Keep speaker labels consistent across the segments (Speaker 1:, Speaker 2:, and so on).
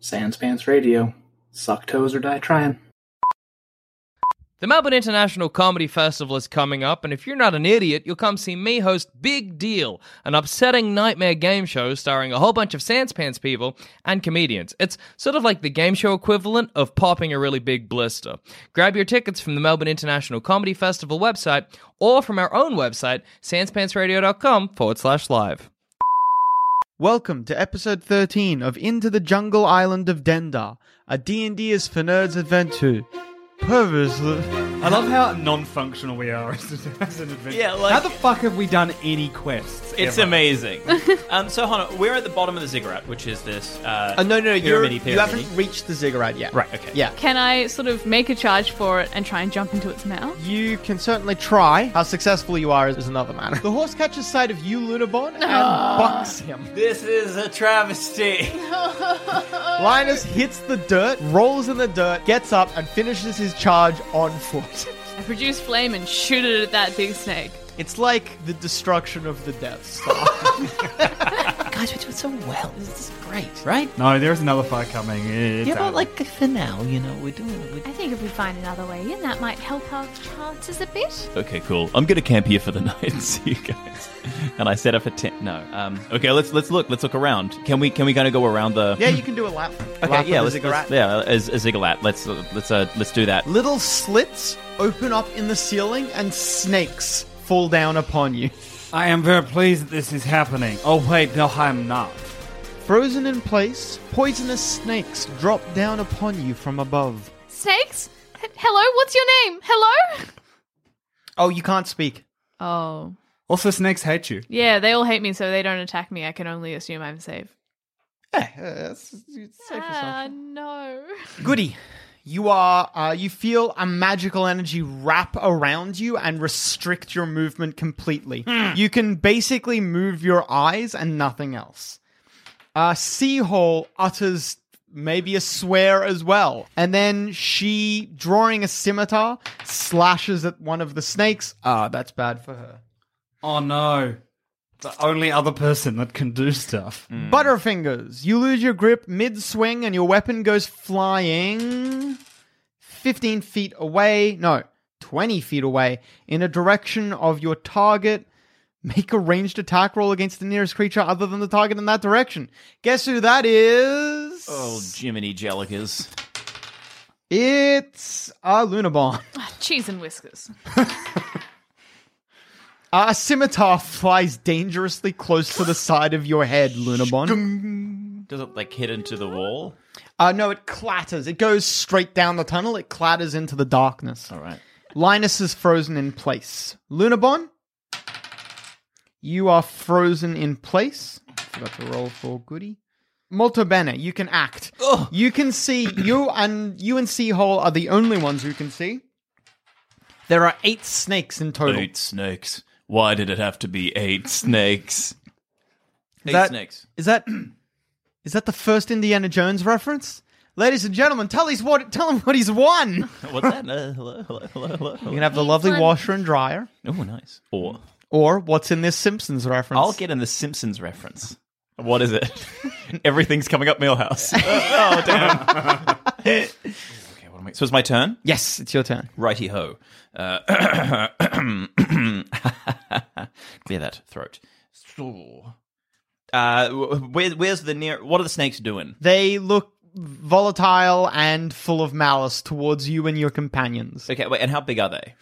Speaker 1: Sans Pants Radio. Suck toes or die trying.
Speaker 2: The Melbourne International Comedy Festival is coming up, and if you're not an idiot, you'll come see me host Big Deal, an upsetting nightmare game show starring a whole bunch of Sanspants people and comedians. It's sort of like the game show equivalent of popping a really big blister. Grab your tickets from the Melbourne International Comedy Festival website or from our own website, sanspantsradio.com forward slash live.
Speaker 3: Welcome to episode 13 of Into the Jungle Island of Dendar, a D&D is for nerds adventure. Purposely.
Speaker 4: I love how non-functional we are as, an- as an adventure.
Speaker 5: Yeah, like-
Speaker 4: how the fuck have we done any quests?
Speaker 5: It's
Speaker 4: ever?
Speaker 5: amazing. um, so, Hana, we're at the bottom of the ziggurat, which is this. Uh,
Speaker 6: Uh, no, no, no, you're,
Speaker 5: pyramid-y,
Speaker 6: you
Speaker 5: pyramid-y.
Speaker 6: haven't reached the ziggurat yet.
Speaker 5: Right, okay.
Speaker 6: Yeah.
Speaker 7: Can I sort of make a charge for it and try and jump into its mouth?
Speaker 3: You can certainly try.
Speaker 6: How successful you are is another matter.
Speaker 3: The horse catches sight of you, Lunabon, and bucks him.
Speaker 5: This is a travesty.
Speaker 6: Linus hits the dirt, rolls in the dirt, gets up, and finishes his charge on foot.
Speaker 7: I produce flame and shoot it at that big snake.
Speaker 6: It's like the destruction of the Death Star.
Speaker 8: Guys, we're doing so well. This is great, right?
Speaker 4: No, there is another fight coming. It's
Speaker 8: yeah, but
Speaker 4: out.
Speaker 8: like for now, you know, we're doing it.
Speaker 9: I think if we find another way in, that might help our chances a bit.
Speaker 5: Okay, cool. I'm gonna camp here for the night. and See you guys. And I set up a tent. No. Um, okay, let's let's look. Let's look around. Can we can we kind of go around the?
Speaker 6: yeah, you can do a lap.
Speaker 5: Okay.
Speaker 6: lap of the
Speaker 5: yeah. Let's,
Speaker 6: ziggurat.
Speaker 5: let's yeah. As a ziggurat. Let's uh, let's uh, let's do that.
Speaker 6: Little slits open up in the ceiling, and snakes fall down upon you.
Speaker 4: I am very pleased that this is happening. Oh wait, no, I'm not.
Speaker 3: Frozen in place, poisonous snakes drop down upon you from above.
Speaker 9: Snakes? H- Hello, what's your name? Hello?
Speaker 6: Oh, you can't speak.
Speaker 7: Oh.
Speaker 4: Also, snakes hate you.
Speaker 7: Yeah, they all hate me, so they don't attack me. I can only assume I'm safe.
Speaker 6: Yeah, that's, it's safe assumption.
Speaker 7: Ah, no.
Speaker 6: Goody, you are. Uh, you feel a magical energy wrap around you and restrict your movement completely. You can basically move your eyes and nothing else. Uh, Seahole utters maybe a swear as well, and then she, drawing a scimitar, slashes at one of the snakes. Ah, that's bad for her.
Speaker 4: Oh no, the only other person that can do stuff.
Speaker 5: Mm.
Speaker 6: Uh, Mm. Butterfingers, you lose your grip mid swing and your weapon goes flying 15 feet away. No, 20 feet away in a direction of your target. Make a ranged attack roll against the nearest creature other than the target in that direction. Guess who that is?
Speaker 5: Oh, Jiminy Jellicas.
Speaker 6: It's a Lunabon.
Speaker 7: Ah, Cheese and whiskers.
Speaker 6: A scimitar flies dangerously close to the side of your head, Lunabon.
Speaker 5: Does it like hit into the wall?
Speaker 6: Uh, no, it clatters. It goes straight down the tunnel. It clatters into the darkness.
Speaker 5: All right.
Speaker 6: Linus is frozen in place. Lunabon, you are frozen in place. Forgot to roll for goody. Molto bene, you can act. You can see you and you and Seahole are the only ones who can see. There are eight snakes in total.
Speaker 5: Eight snakes. Why did it have to be eight snakes? Eight
Speaker 6: that-
Speaker 5: snakes.
Speaker 6: Is that is that the first Indiana Jones reference? Ladies and gentlemen, tell he's what tell him what he's won.
Speaker 5: What's that? Uh, hello, hello, hello, hello,
Speaker 6: You
Speaker 5: hello.
Speaker 6: can have the lovely
Speaker 9: won-
Speaker 6: washer and dryer.
Speaker 5: Oh, nice. Or
Speaker 6: Or what's in this Simpsons reference?
Speaker 5: I'll get in the Simpsons reference. What is it? Everything's coming up Millhouse. oh damn. okay, what am I? So it's my turn.
Speaker 6: Yes, it's your turn.
Speaker 5: Righty ho. Uh, clear that throat. Uh, wh- where, where's the near? What are the snakes doing?
Speaker 6: They look volatile and full of malice towards you and your companions.
Speaker 5: Okay, wait, and how big are they?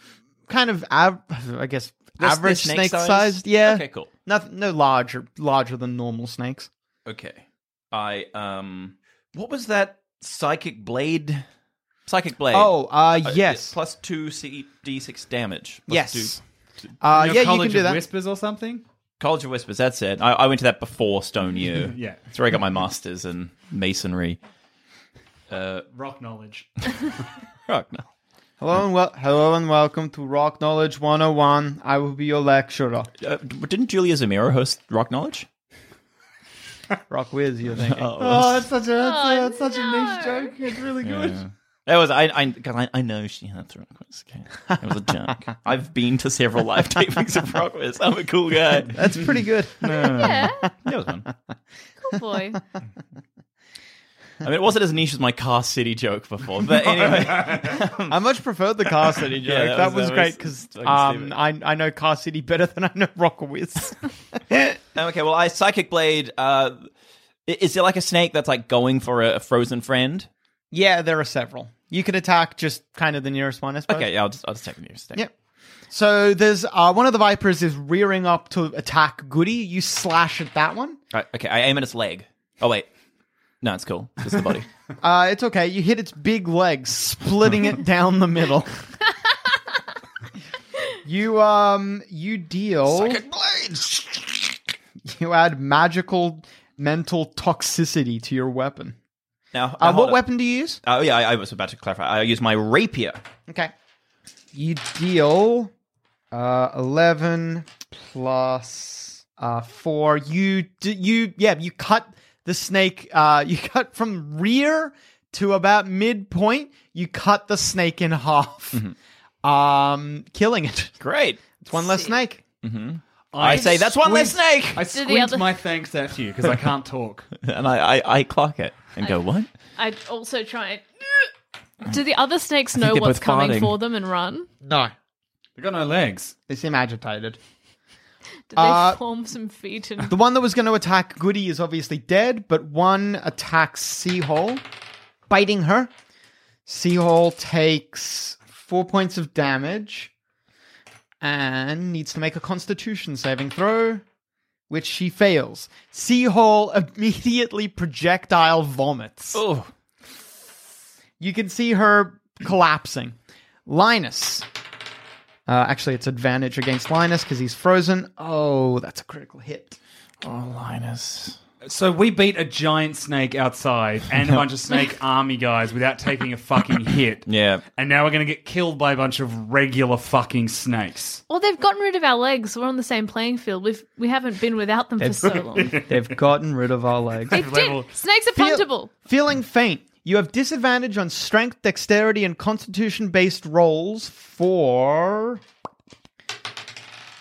Speaker 6: Kind of, av- I guess,
Speaker 5: They're- they're
Speaker 6: average
Speaker 5: snake
Speaker 6: snake
Speaker 5: size?
Speaker 6: sized. Yeah,
Speaker 5: Okay, cool.
Speaker 6: Nothing, no larger, larger than normal snakes.
Speaker 5: Okay, I um, what was that psychic blade? Psychic blade.
Speaker 6: Oh, uh,
Speaker 5: Uh,
Speaker 6: yes,
Speaker 5: plus two C D six damage. Plus
Speaker 6: yes.
Speaker 5: two-
Speaker 6: Uh,
Speaker 4: Your
Speaker 6: yeah, you
Speaker 4: College
Speaker 6: can do
Speaker 4: of
Speaker 6: that.
Speaker 4: Whispers or something.
Speaker 5: College of Whispers. That's it. I, I went to that before Stone U.
Speaker 4: Yeah.
Speaker 5: that's where I got my masters in masonry.
Speaker 4: Rock knowledge.
Speaker 5: Right, no.
Speaker 6: Hello and well, hello and welcome to Rock Knowledge 101. I will be your lecturer.
Speaker 5: Uh, didn't Julia Zamiro host Rock Knowledge?
Speaker 6: Rock whiz, you're thinking.
Speaker 4: Oh, that's such a
Speaker 9: Oh,
Speaker 4: that's, such a
Speaker 9: no.
Speaker 4: niche joke. It's really good.
Speaker 5: That was I I, 'cause I I know she had the Rock Quiz. Okay. It was a joke. I've been to several live tapings of Rock Quiz. I'm a cool guy. That
Speaker 6: That's pretty good.
Speaker 9: Yeah.
Speaker 7: oh
Speaker 5: was fun.
Speaker 7: Cool boy.
Speaker 5: I mean, it wasn't as niche as my Car City joke before, but anyway.
Speaker 6: I much preferred the Car City joke.
Speaker 5: Yeah,
Speaker 6: that,
Speaker 5: that
Speaker 6: was,
Speaker 5: was- that
Speaker 6: great
Speaker 5: was-
Speaker 6: because
Speaker 5: I can
Speaker 6: um,
Speaker 5: see that.
Speaker 6: I I know Car City better than I know Rockwiz.
Speaker 5: okay, well, I Psychic Blade. Uh, i- is it like a snake that's like going for a, a frozen friend?
Speaker 6: yeah, there are several. You could attack just kind of the nearest one, I suppose.
Speaker 5: Okay, yeah, I'll just I'll just take the nearest snake.
Speaker 6: Yep. So there's uh, one of the vipers is rearing up to attack Goody. You slash at that one.
Speaker 5: Right, okay, I aim at its leg. Oh wait, no, it's cool. It's the body.
Speaker 6: Uh, it's okay. You hit its big legs, splitting it down the middle. you um you deal You add magical mental toxicity to your weapon.
Speaker 5: now,
Speaker 6: Uh,
Speaker 5: now, hold
Speaker 6: what
Speaker 5: on.
Speaker 6: weapon do you use?
Speaker 5: Oh yeah, I, I was about to clarify. I use my rapier.
Speaker 6: Okay. You deal uh, 11 plus uh, 4. You d- you yeah, you cut the snake uh, you cut from rear to about midpoint. You cut the snake in half. Um killing it.
Speaker 5: Great.
Speaker 6: It's one less snake.
Speaker 5: I, say that's one less
Speaker 4: squint-
Speaker 5: snake,
Speaker 4: I
Speaker 7: the
Speaker 4: squint
Speaker 7: other-
Speaker 4: my thanks at you because I can't talk.
Speaker 5: and I, I I clock it and go what?
Speaker 7: I'd also try and. Do the other snakes know
Speaker 5: they're
Speaker 7: what's
Speaker 5: both
Speaker 7: coming
Speaker 5: farting.
Speaker 7: for them and run?
Speaker 6: No.
Speaker 4: They got no legs.
Speaker 6: They seem agitated.
Speaker 7: Did they
Speaker 6: Uh,
Speaker 7: form some feet and
Speaker 6: The one that was going to attack Goody is obviously dead, but one attacks Seahole, biting her. Seahole takes four points of damage and needs to make a constitution saving throw, which she fails. Seahole immediately projectile vomits.
Speaker 5: Oh,
Speaker 6: You can see her collapsing. Linus. Uh, actually, it's advantage against Linus because he's frozen. Oh, that's a critical hit.
Speaker 5: oh Linus.
Speaker 4: So we beat a giant snake outside and a bunch of snake army guys without taking a fucking hit.
Speaker 5: Yeah.
Speaker 4: And now we're going to get killed by a bunch of regular fucking snakes.
Speaker 7: Well, they've gotten rid of our legs. We're on the same playing field. We've we haven't been without them for so long.
Speaker 6: They've gotten rid of our legs.
Speaker 7: They've did.
Speaker 4: leveled-
Speaker 7: Snakes are
Speaker 6: Feel-
Speaker 7: puntable.
Speaker 6: Feeling faint. You have disadvantage on strength, dexterity, and constitution based rolls for.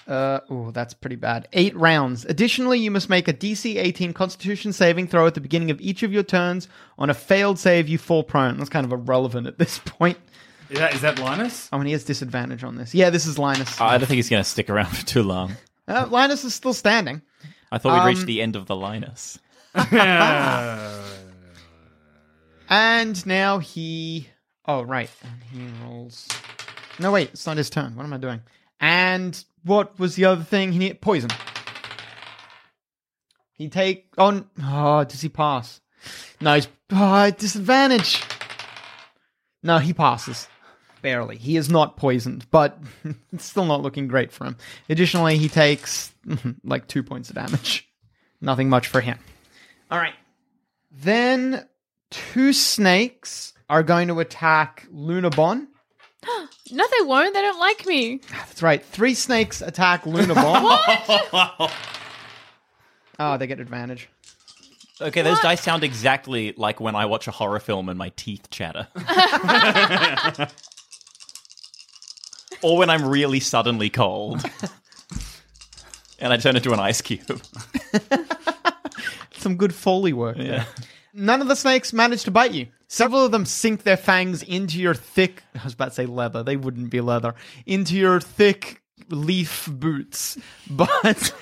Speaker 6: Uh, oh, that's pretty bad. Eight rounds. Additionally, you must make a DC 18 constitution saving throw at the beginning of each of your turns. On a failed save, you fall prone. That's kind of irrelevant at this point.
Speaker 4: Is that, is that Linus?
Speaker 6: Oh, and he has disadvantage on this. Yeah, this is Linus.
Speaker 5: I don't think he's going to stick around for too long.
Speaker 6: Uh, Linus is still standing.
Speaker 5: I thought we'd
Speaker 6: Um,
Speaker 5: reached the end of the Linus.
Speaker 6: And now he. Oh, right. And he rolls. No, wait. It's not his turn. What am I doing? And what was the other thing? He need... poison. He take on. Oh, does he pass? No, he's oh, disadvantage. No, he passes. Barely. He is not poisoned, but it's still not looking great for him. Additionally, he takes like two points of damage. Nothing much for him. All right. Then two snakes are going to attack Lunabon.
Speaker 7: No, they won't. They don't like me.
Speaker 6: That's right. Three snakes attack Lunabon. Oh, they get advantage.
Speaker 5: Okay, those dice sound exactly like when I watch a horror film and my teeth chatter. or when I'm really suddenly cold. and I turn into an ice cube.
Speaker 6: Some good foley work there. None of the snakes manage to bite you. Several of them sink their fangs into your thick, I was about to say leather, they wouldn't be leather, into your thick leaf boots. But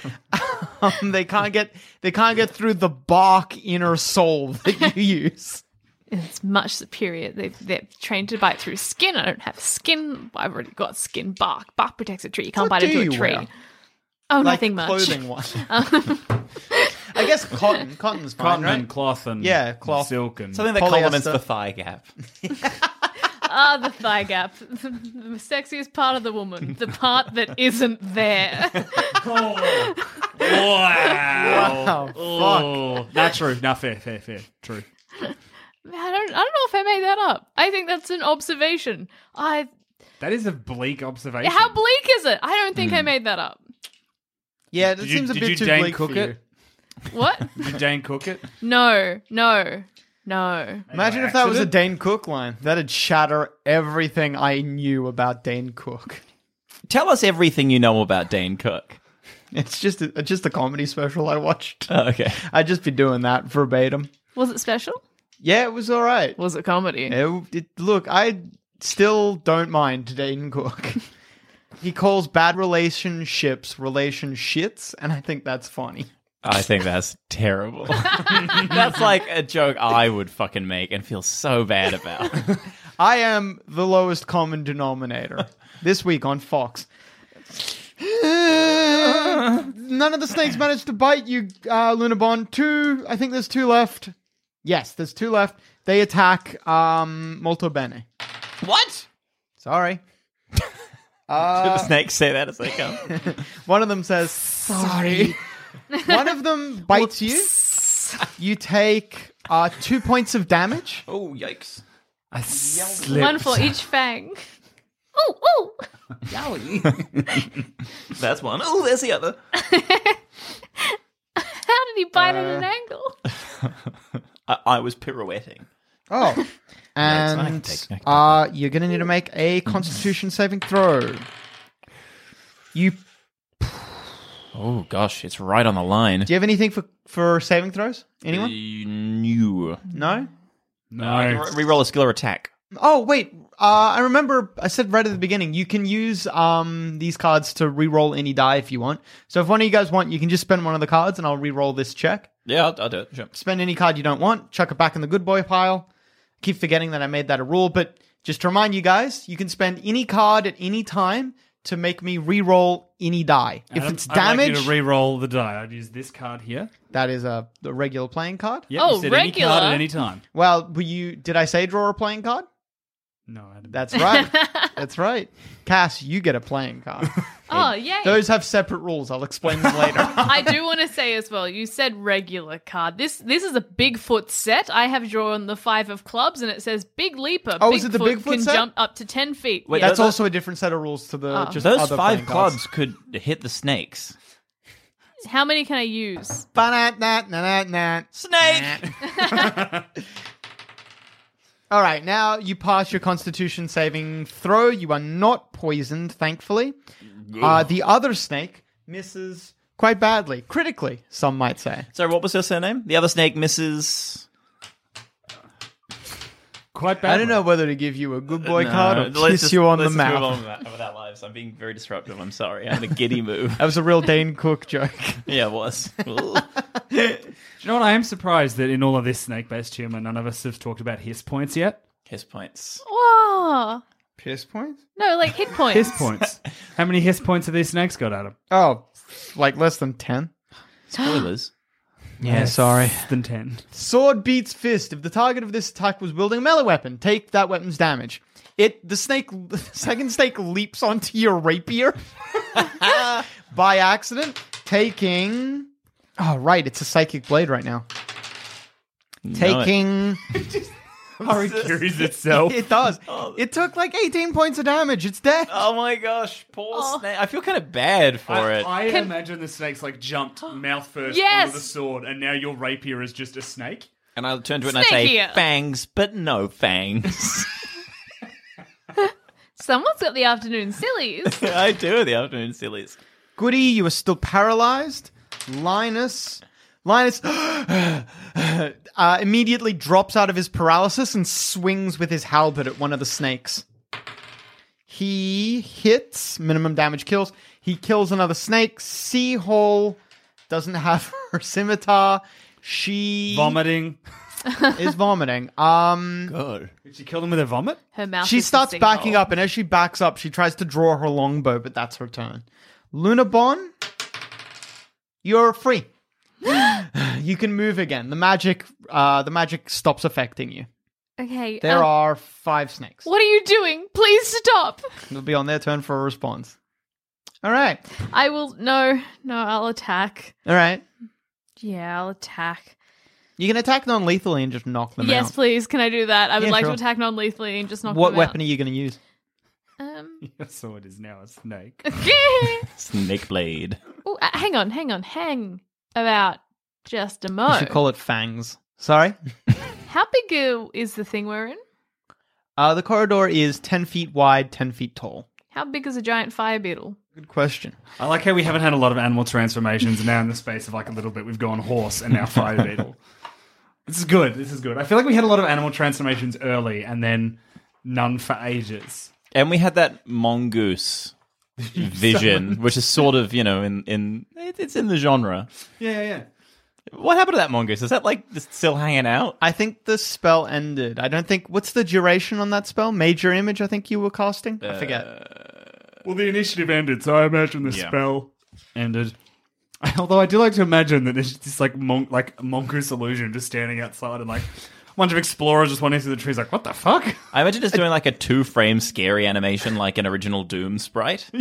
Speaker 6: um, they can't get they can't get through the bark inner sole that you use.
Speaker 7: It's much superior. They they're trained to bite through skin. I don't have skin. I've already got skin bark. Bark protects a tree. You can't
Speaker 6: What
Speaker 7: bite
Speaker 6: do
Speaker 7: into a
Speaker 6: you
Speaker 7: tree.
Speaker 6: wear?
Speaker 7: Oh,
Speaker 6: Like
Speaker 7: nothing much.
Speaker 6: clothing wise. I guess cotton. Cotton's fine,
Speaker 4: Cotton
Speaker 6: right?
Speaker 4: and cloth and
Speaker 6: Yeah, cloth.
Speaker 4: silk and
Speaker 5: Something that
Speaker 6: Polyester.
Speaker 5: complements the thigh gap.
Speaker 7: Ah, the thigh gap. The, sexiest part of the woman. The part that isn't there.
Speaker 4: Oh. wow.
Speaker 6: Oh,
Speaker 4: Oh, not true. Not fair. Fair. Fair. True.
Speaker 7: I don't I don't know if I made that up. I think that's an observation. I
Speaker 4: That is a bleak observation.
Speaker 7: how bleak is it? I don't
Speaker 6: Hmm.
Speaker 7: think I made that up.
Speaker 6: yeah, that
Speaker 4: Did you-
Speaker 6: seems a
Speaker 4: did
Speaker 6: bit
Speaker 4: you
Speaker 6: too
Speaker 4: Jane
Speaker 6: bleak
Speaker 4: cook
Speaker 6: for you.
Speaker 4: it?
Speaker 7: What?
Speaker 4: Did Jane cook it?
Speaker 7: no, no, no.
Speaker 6: Imagine if that was a Dane Cook line. That'd shatter everything I knew about Dane Cook.
Speaker 5: Tell us everything you know about Dane Cook.
Speaker 6: It's just a, just a comedy special I watched.
Speaker 5: Oh, okay.
Speaker 6: I'd just be doing that verbatim.
Speaker 7: Was it special?
Speaker 6: Yeah, it was all right.
Speaker 7: Was it comedy?
Speaker 6: It, it, look, I still don't mind Dane Cook. he calls bad relationships relationships, and I think that's funny.
Speaker 5: I think that's terrible. that's like a joke I would fucking make and feel so bad about.
Speaker 6: I am the lowest common denominator this week on Fox. None of the snakes managed to bite you, uh, Lunabon. Two, I think there's two left. Yes, there's two left. They attack um, Molto Bene.
Speaker 5: what?
Speaker 6: Sorry.
Speaker 5: Did the snakes say that as they come?
Speaker 6: One of them says, sorry. One of them bites you. You take uh, two points of damage.
Speaker 5: oh, yikes.
Speaker 4: I slipped.
Speaker 7: One for each fang. Oh, oh!
Speaker 5: That's one. Oh, there's the other.
Speaker 7: How did he bite at
Speaker 6: Uh.
Speaker 7: an angle?
Speaker 5: I, I was pirouetting.
Speaker 6: Oh.
Speaker 5: I can
Speaker 6: And
Speaker 5: take- I can take
Speaker 6: uh, you're going to need to make a constitution saving throw. You do
Speaker 5: Oh, gosh, it's right on the line.
Speaker 6: you have anything for, for saving throws? Anyone?
Speaker 5: New.
Speaker 6: No?
Speaker 4: No.
Speaker 5: Reroll a skill or attack.
Speaker 6: Oh, wait. Uh, I remember I said right at the beginning, you can use um, these cards to re-roll any die if you want. So if one of you guys want, you can just spend one of the cards and I'll re-roll this check.
Speaker 5: Yeah, I'll, I'll do it. Sure.
Speaker 6: Spend any card you don't want, chuck it back in the good boy pile. Keep forgetting that I made that a rule, but just to remind you guys, you can spend any card at any time to make me re-roll any die. if
Speaker 4: Adam,
Speaker 6: it's
Speaker 4: I'd like you
Speaker 6: damage,
Speaker 4: to re-roll the die. I'd use this card here.
Speaker 6: that is a, a regular playing card.
Speaker 4: Yep,
Speaker 7: Oh,
Speaker 4: you said any card
Speaker 7: regular?
Speaker 4: at any time.
Speaker 6: Well, were you did I say draw a playing card?
Speaker 4: No, Adam.
Speaker 6: That's right. That's right. Cass, you get a playing card.
Speaker 7: Oh, yay.
Speaker 6: Those have separate rules. I'll explain them later.
Speaker 7: I do want to say as well, you said regular card. This this is a Bigfoot set. I have drawn the five of clubs and it says Big Leaper.
Speaker 6: Oh, is it the Bigfoot
Speaker 7: can
Speaker 6: set?
Speaker 7: jump up to 10 feet.
Speaker 5: Wait,
Speaker 6: That's
Speaker 5: Yeah.
Speaker 6: also a different set of rules to the
Speaker 7: Oh.
Speaker 6: just
Speaker 5: Those
Speaker 6: other
Speaker 5: five
Speaker 6: playing cards.
Speaker 5: clubs could hit the snakes.
Speaker 7: How many can I use?
Speaker 6: Ba-na-na-na-na-na.
Speaker 5: Snake!
Speaker 6: All right, now you pass your constitution saving throw. You are not poisoned, thankfully. Uh, the other snake misses quite badly, critically, some might say.
Speaker 5: so, what was her surname? The other snake, Mrs.
Speaker 4: Quite bad.
Speaker 6: I don't know whether to give you a
Speaker 5: Uh,
Speaker 6: good boy card or kiss you on the mouth.
Speaker 5: without lives. I'm being very disruptive. I'm sorry. I'm in a giddy move.
Speaker 6: That was a real Dane Cook joke.
Speaker 5: yeah, it was. Ooh.
Speaker 4: Do you know what? I am surprised that in all of this snake-based humor, none of us have talked about his points yet.
Speaker 5: Kiss points.
Speaker 7: Whoa.
Speaker 6: Pierce points?
Speaker 7: No, like hit points.
Speaker 4: His points. How many his points have these snakes got, Adam?
Speaker 6: Oh, like less than 10.
Speaker 5: Spoilers.
Speaker 6: Yeah, sorry.
Speaker 4: Less than ten.
Speaker 6: Sword beats fist. If the target of this attack was wielding a melee weapon, take that weapon's damage. It the snake the second snake leaps onto your rapier by accident, taking Oh right, it's a psychic blade right now. Taking
Speaker 4: Harikiri's itself.
Speaker 6: it does. It took like 18 points of damage. It's dead.
Speaker 5: Oh my gosh, poor
Speaker 7: Oh.
Speaker 5: snake. I feel kind of bad for
Speaker 4: I,
Speaker 5: it.
Speaker 4: I imagine the snakes like jumped mouth first
Speaker 7: Yes!
Speaker 4: onto the sword, and now your rapier is just a snake.
Speaker 5: and I turn to it and I say,
Speaker 7: Snake here.
Speaker 5: fangs, but no fangs.
Speaker 7: Someone's got the afternoon sillies.
Speaker 5: I do the afternoon sillies.
Speaker 6: Goody, you are still paralyzed. Linus, Linus uh, immediately drops out of his paralysis and swings with his halberd at one of the snakes. He hits, minimum damage kills. He kills another snake. Sea Hall doesn't have her scimitar. She
Speaker 4: Vomiting.
Speaker 6: is vomiting. Um,
Speaker 5: Good.
Speaker 4: Did she kill them with a vomit?
Speaker 7: Her mouth
Speaker 6: she
Speaker 7: is the
Speaker 6: starts
Speaker 7: sinkhole.
Speaker 6: backing up, and as she backs up, she tries to draw her longbow, but that's her turn. Lunabon, you're free. you can move again. The magic, uh, the magic stops affecting you.
Speaker 7: Okay.
Speaker 6: There
Speaker 7: um,
Speaker 6: are five snakes.
Speaker 7: What are you doing? Please stop.
Speaker 6: It'll be on their turn for a response. All right,
Speaker 7: I will no, no, I'll attack.
Speaker 6: all right.
Speaker 7: Yeah, I'll attack.
Speaker 6: You can attack non-lethally and just knock them
Speaker 7: yes,
Speaker 6: out.
Speaker 7: please. Can I do that? I would
Speaker 6: Yeah,
Speaker 7: like
Speaker 6: sure.
Speaker 7: to attack non-lethally and just knock
Speaker 6: What
Speaker 7: them
Speaker 6: weapon
Speaker 7: out.
Speaker 6: are you going to use?
Speaker 7: Um,
Speaker 4: Your sword is now a snake.
Speaker 5: Snake blade.
Speaker 7: Ooh, uh, hang on, hang on, hang about just a
Speaker 6: You
Speaker 7: mo.
Speaker 6: should call it fangs. Sorry.
Speaker 7: How big uh, is the thing we're in?
Speaker 6: Uh, the corridor is ten feet wide, ten feet tall.
Speaker 7: How big is a giant fire beetle?
Speaker 6: Good question.
Speaker 4: I like how we haven't had a lot of animal transformations, and now in the space of like a little bit, we've gone horse and now fire beetle. This is good. This is good. I feel like we had a lot of animal transformations early and then none for ages.
Speaker 5: And we had that mongoose vision, which is sort of you know in in it- it's in the genre.
Speaker 4: Yeah, yeah, yeah.
Speaker 5: What happened to that mongoose? Is that like just still hanging out?
Speaker 6: I think the spell ended. I don't think. What's the duration on that spell? Major image. I think you were casting. I
Speaker 5: Uh,
Speaker 6: forget.
Speaker 4: Well, the initiative ended, so I imagine the
Speaker 5: Yeah.
Speaker 4: spell ended. Although I do like to imagine that there's this like mon- like mongoose illusion just standing outside and like a bunch of explorers just wandering through the trees, like what the fuck?
Speaker 5: I imagine it's doing like a two frame scary animation, like an original Doom sprite.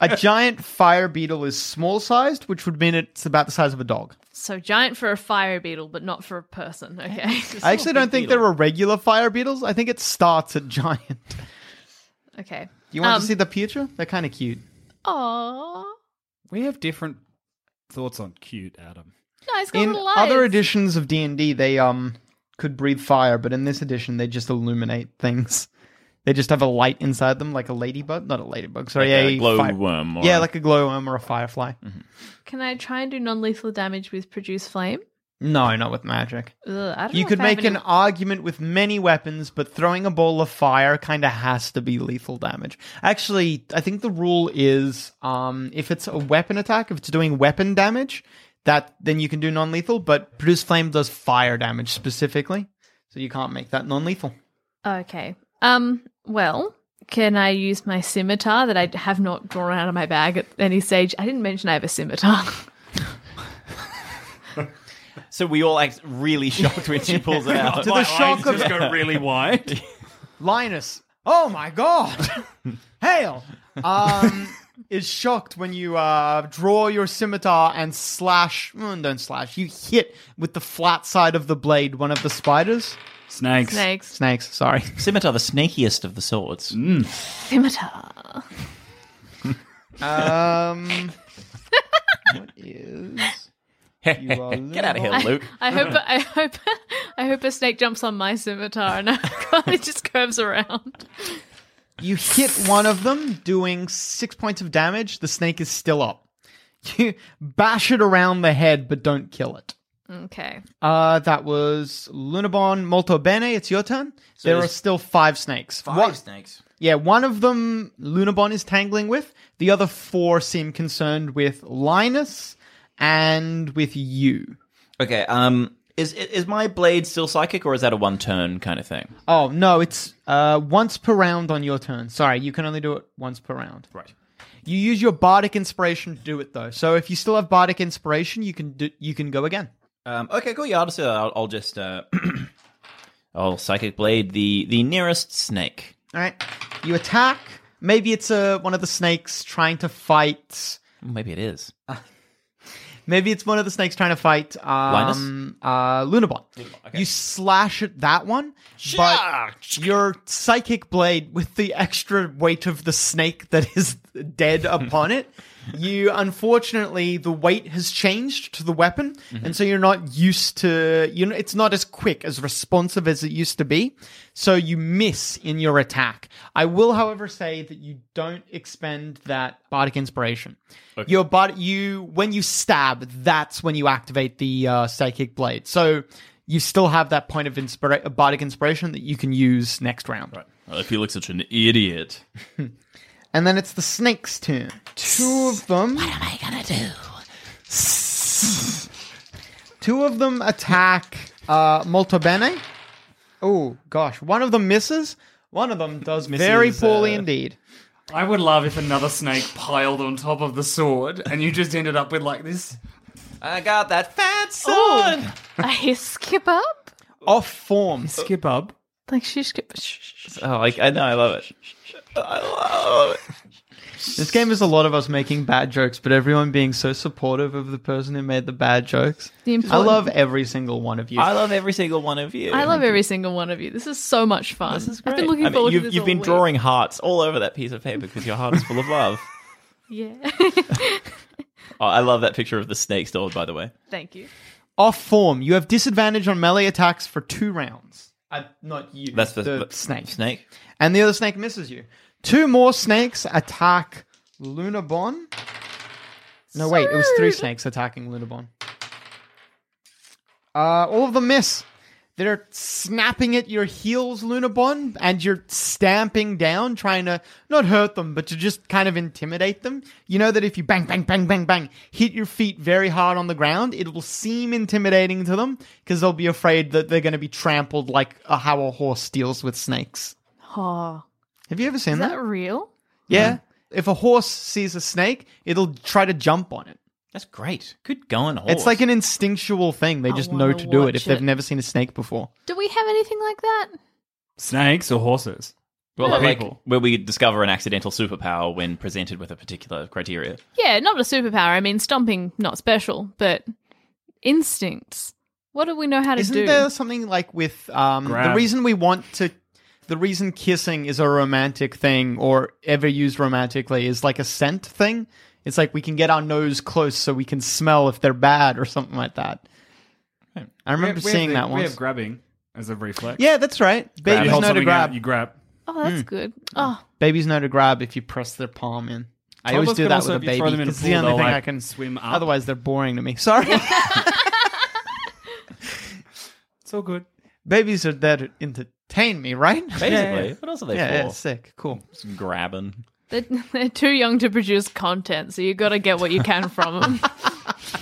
Speaker 6: A giant fire beetle is small sized, which would mean it's about the size of a dog.
Speaker 7: So giant for a fire beetle, but not for a person. Okay.
Speaker 6: I actually don't think there are regular fire beetles. I think it starts at giant.
Speaker 7: okay.
Speaker 6: You want
Speaker 7: Um,
Speaker 6: to see the picture? They're kind of cute.
Speaker 7: Aww.
Speaker 4: We have different thoughts on cute, Adam.
Speaker 7: No, it's got
Speaker 6: In
Speaker 7: little eyes.
Speaker 6: other editions of D and D, they um could breathe fire, but in this edition, they just illuminate things. They just have a light inside them, like a ladybug, not a ladybug. Sorry,
Speaker 5: Like a Mm-hmm.
Speaker 6: a fire-
Speaker 5: glowworm. or-
Speaker 6: Yeah, like a glowworm or a firefly.
Speaker 7: Can I try and do non-lethal damage with produce flame?
Speaker 6: No, not with magic.
Speaker 7: Ugh, I don't
Speaker 6: You
Speaker 7: know
Speaker 6: could
Speaker 7: if I have
Speaker 6: make
Speaker 7: any-
Speaker 6: an argument with many weapons, but throwing a ball of fire kind of has to be lethal damage. Actually, I think the rule is um, if it's a weapon attack, if it's doing weapon damage, that then you can do non-lethal. But produce flame does fire damage specifically, so you can't make that non-lethal.
Speaker 7: Oh, Okay. Um. Well, can I use my scimitar that I have not drawn out of my bag at any stage? I didn't mention I have a scimitar.
Speaker 5: So we all act really shocked when she pulls it out.
Speaker 6: To the shock of
Speaker 4: just go really wide.
Speaker 6: Linus, oh my god, hail! Um, is shocked when you uh, draw your scimitar and slash. mm, don't slash. You hit with the flat side of the blade one of the spiders.
Speaker 4: Snakes.
Speaker 7: Snakes.
Speaker 6: Snakes, sorry.
Speaker 5: Scimitar, the snakiest of the swords.
Speaker 7: Scimitar.
Speaker 6: Um, what is. You are
Speaker 5: Get out of here, Luke.
Speaker 7: I hope. I hope. I hope a snake jumps on my scimitar and it just curves around.
Speaker 6: You hit one of them, doing six points of damage. The snake is still up. You bash it around the head, but don't kill it.
Speaker 7: Okay.
Speaker 6: Uh, that was Lunabon Molto Bene. It's your turn. there are
Speaker 5: there's-
Speaker 6: still five snakes. One-
Speaker 5: snakes.
Speaker 6: Yeah, one of them Lunabon is tangling with. The other four seem concerned with Linus and with you.
Speaker 5: Okay. Um, is is my blade still psychic, or is that a one turn kind of thing?
Speaker 6: Oh no, it's uh once per round on your turn. Sorry, you can only do it once per round. Right. You use your bardic inspiration to do it though. So if you still have bardic inspiration, you can do you can go again.
Speaker 5: Um, okay, cool. Yeah, I'll just, uh, I'll, I'll just uh, I'll psychic blade the the nearest snake.
Speaker 6: All right. You attack. Maybe it's uh, one of the snakes trying to fight.
Speaker 5: Maybe it is.
Speaker 6: Maybe it's one of the snakes trying to fight um, uh, Lunabon. You slash at that one, but your psychic blade, with the extra weight of the snake that is dead upon it, you unfortunately the weight has changed to the weapon, and so you're not used to you know it's not as quick as responsive as it used to be. So you miss in your attack. I will, however, say that you don't expend that bardic inspiration. Your body, you when you stab, that's when you activate the uh, psychic blade. So you still have that point of inspira- uh, bardic inspiration that you can use next round.
Speaker 5: If he looks such an idiot.
Speaker 6: And then it's the snake's turn. Two of them. What am I gonna do? Two of them attack uh, Molto Bene. Oh gosh, one of them misses. One of them does very poorly indeed.
Speaker 4: I would love if another snake piled on top of the sword and you just ended up with like this.
Speaker 5: I got that fat sword.
Speaker 7: I skip up.
Speaker 6: Off form.
Speaker 4: Skip up.
Speaker 7: Like she skip. Shh, shh, shh.
Speaker 5: Oh, I, I know. I love it. I love it.
Speaker 6: This game is a lot of us making bad jokes, but everyone being so supportive of the person who made the bad jokes.
Speaker 7: The
Speaker 6: I
Speaker 7: important-
Speaker 6: love every single one of you.
Speaker 5: I love every single one of you.
Speaker 7: I love every single one of you. This is so much fun.
Speaker 5: This is great.
Speaker 7: I've been looking
Speaker 5: I mean,
Speaker 7: forward
Speaker 5: you've,
Speaker 7: to this.
Speaker 5: You've
Speaker 7: all
Speaker 5: been
Speaker 7: week.
Speaker 5: drawing hearts all over that piece of paper because your heart is full of love.
Speaker 7: Yeah.
Speaker 5: Oh, I love that picture of the snake sword, by the way.
Speaker 7: Thank you.
Speaker 6: Off form, you have disadvantage on melee attacks for two rounds. I, Uh, not you.
Speaker 5: That's the, the-
Speaker 6: snake.
Speaker 5: Snake.
Speaker 6: And the other snake misses you. Two more snakes attack Lunabon. No, wait, it was three snakes attacking Lunabon. Uh, all of them miss. They're snapping at your heels, Lunabon, and you're stamping down, trying to not hurt them, but to just kind of intimidate them. You know that if you bang, bang, bang, bang, bang, hit your feet very hard on the ground, it will seem intimidating to them because they'll be afraid that they're going to be trampled like uh, how a horse deals with snakes.
Speaker 7: Oh,
Speaker 6: Have you ever seen
Speaker 7: is
Speaker 6: that?
Speaker 7: that real?
Speaker 6: Yeah. If a horse sees a snake, it'll try to jump on it.
Speaker 5: That's great. Good going, horse.
Speaker 6: It's like an instinctual thing. They
Speaker 7: I
Speaker 6: just
Speaker 7: wanna
Speaker 6: know to do it
Speaker 7: watch
Speaker 6: if they've
Speaker 7: it.
Speaker 6: never seen a snake before.
Speaker 7: Do we have anything like that?
Speaker 4: Snakes or horses?
Speaker 5: well, like
Speaker 4: people.
Speaker 5: where we discover an accidental superpower when presented with a particular criteria.
Speaker 7: Yeah, not a superpower. I mean, stomping, not special, but instincts. What do we know how to
Speaker 6: Isn't
Speaker 7: do?
Speaker 6: there something like with um, the
Speaker 4: Grab.
Speaker 6: reason we want to? The reason kissing is a romantic thing, or ever used romantically, is like a scent thing. It's like we can get our nose close so we can smell if they're bad or something like that. I remember seeing that
Speaker 4: We
Speaker 6: once.
Speaker 4: have grabbing as a reflex.
Speaker 6: yeah, that's right.
Speaker 4: You
Speaker 6: Babies
Speaker 4: hold
Speaker 6: know to
Speaker 4: something
Speaker 6: grab.
Speaker 4: out, you grab.
Speaker 7: oh,
Speaker 6: Hmm.
Speaker 7: that's good. Oh,
Speaker 6: Babies know to grab if you press their palm in. I always
Speaker 4: Toddlers
Speaker 6: do
Speaker 4: can
Speaker 6: that with
Speaker 4: also,
Speaker 6: a
Speaker 4: if you
Speaker 6: baby.
Speaker 4: throw them in a
Speaker 6: 'cause it's
Speaker 4: pool,
Speaker 6: the only
Speaker 4: they'll,
Speaker 6: thing
Speaker 4: like,
Speaker 6: I can
Speaker 4: swim up.
Speaker 6: Otherwise, they're boring to me. Sorry.
Speaker 4: It's all good.
Speaker 6: babies are there to entertain me, right?
Speaker 5: Basically, what else are they
Speaker 6: Yeah, yeah,
Speaker 5: for?
Speaker 6: sick. Cool.
Speaker 5: Some grabbing.
Speaker 7: they're, they're too young to produce content, so you got to get what you can from them.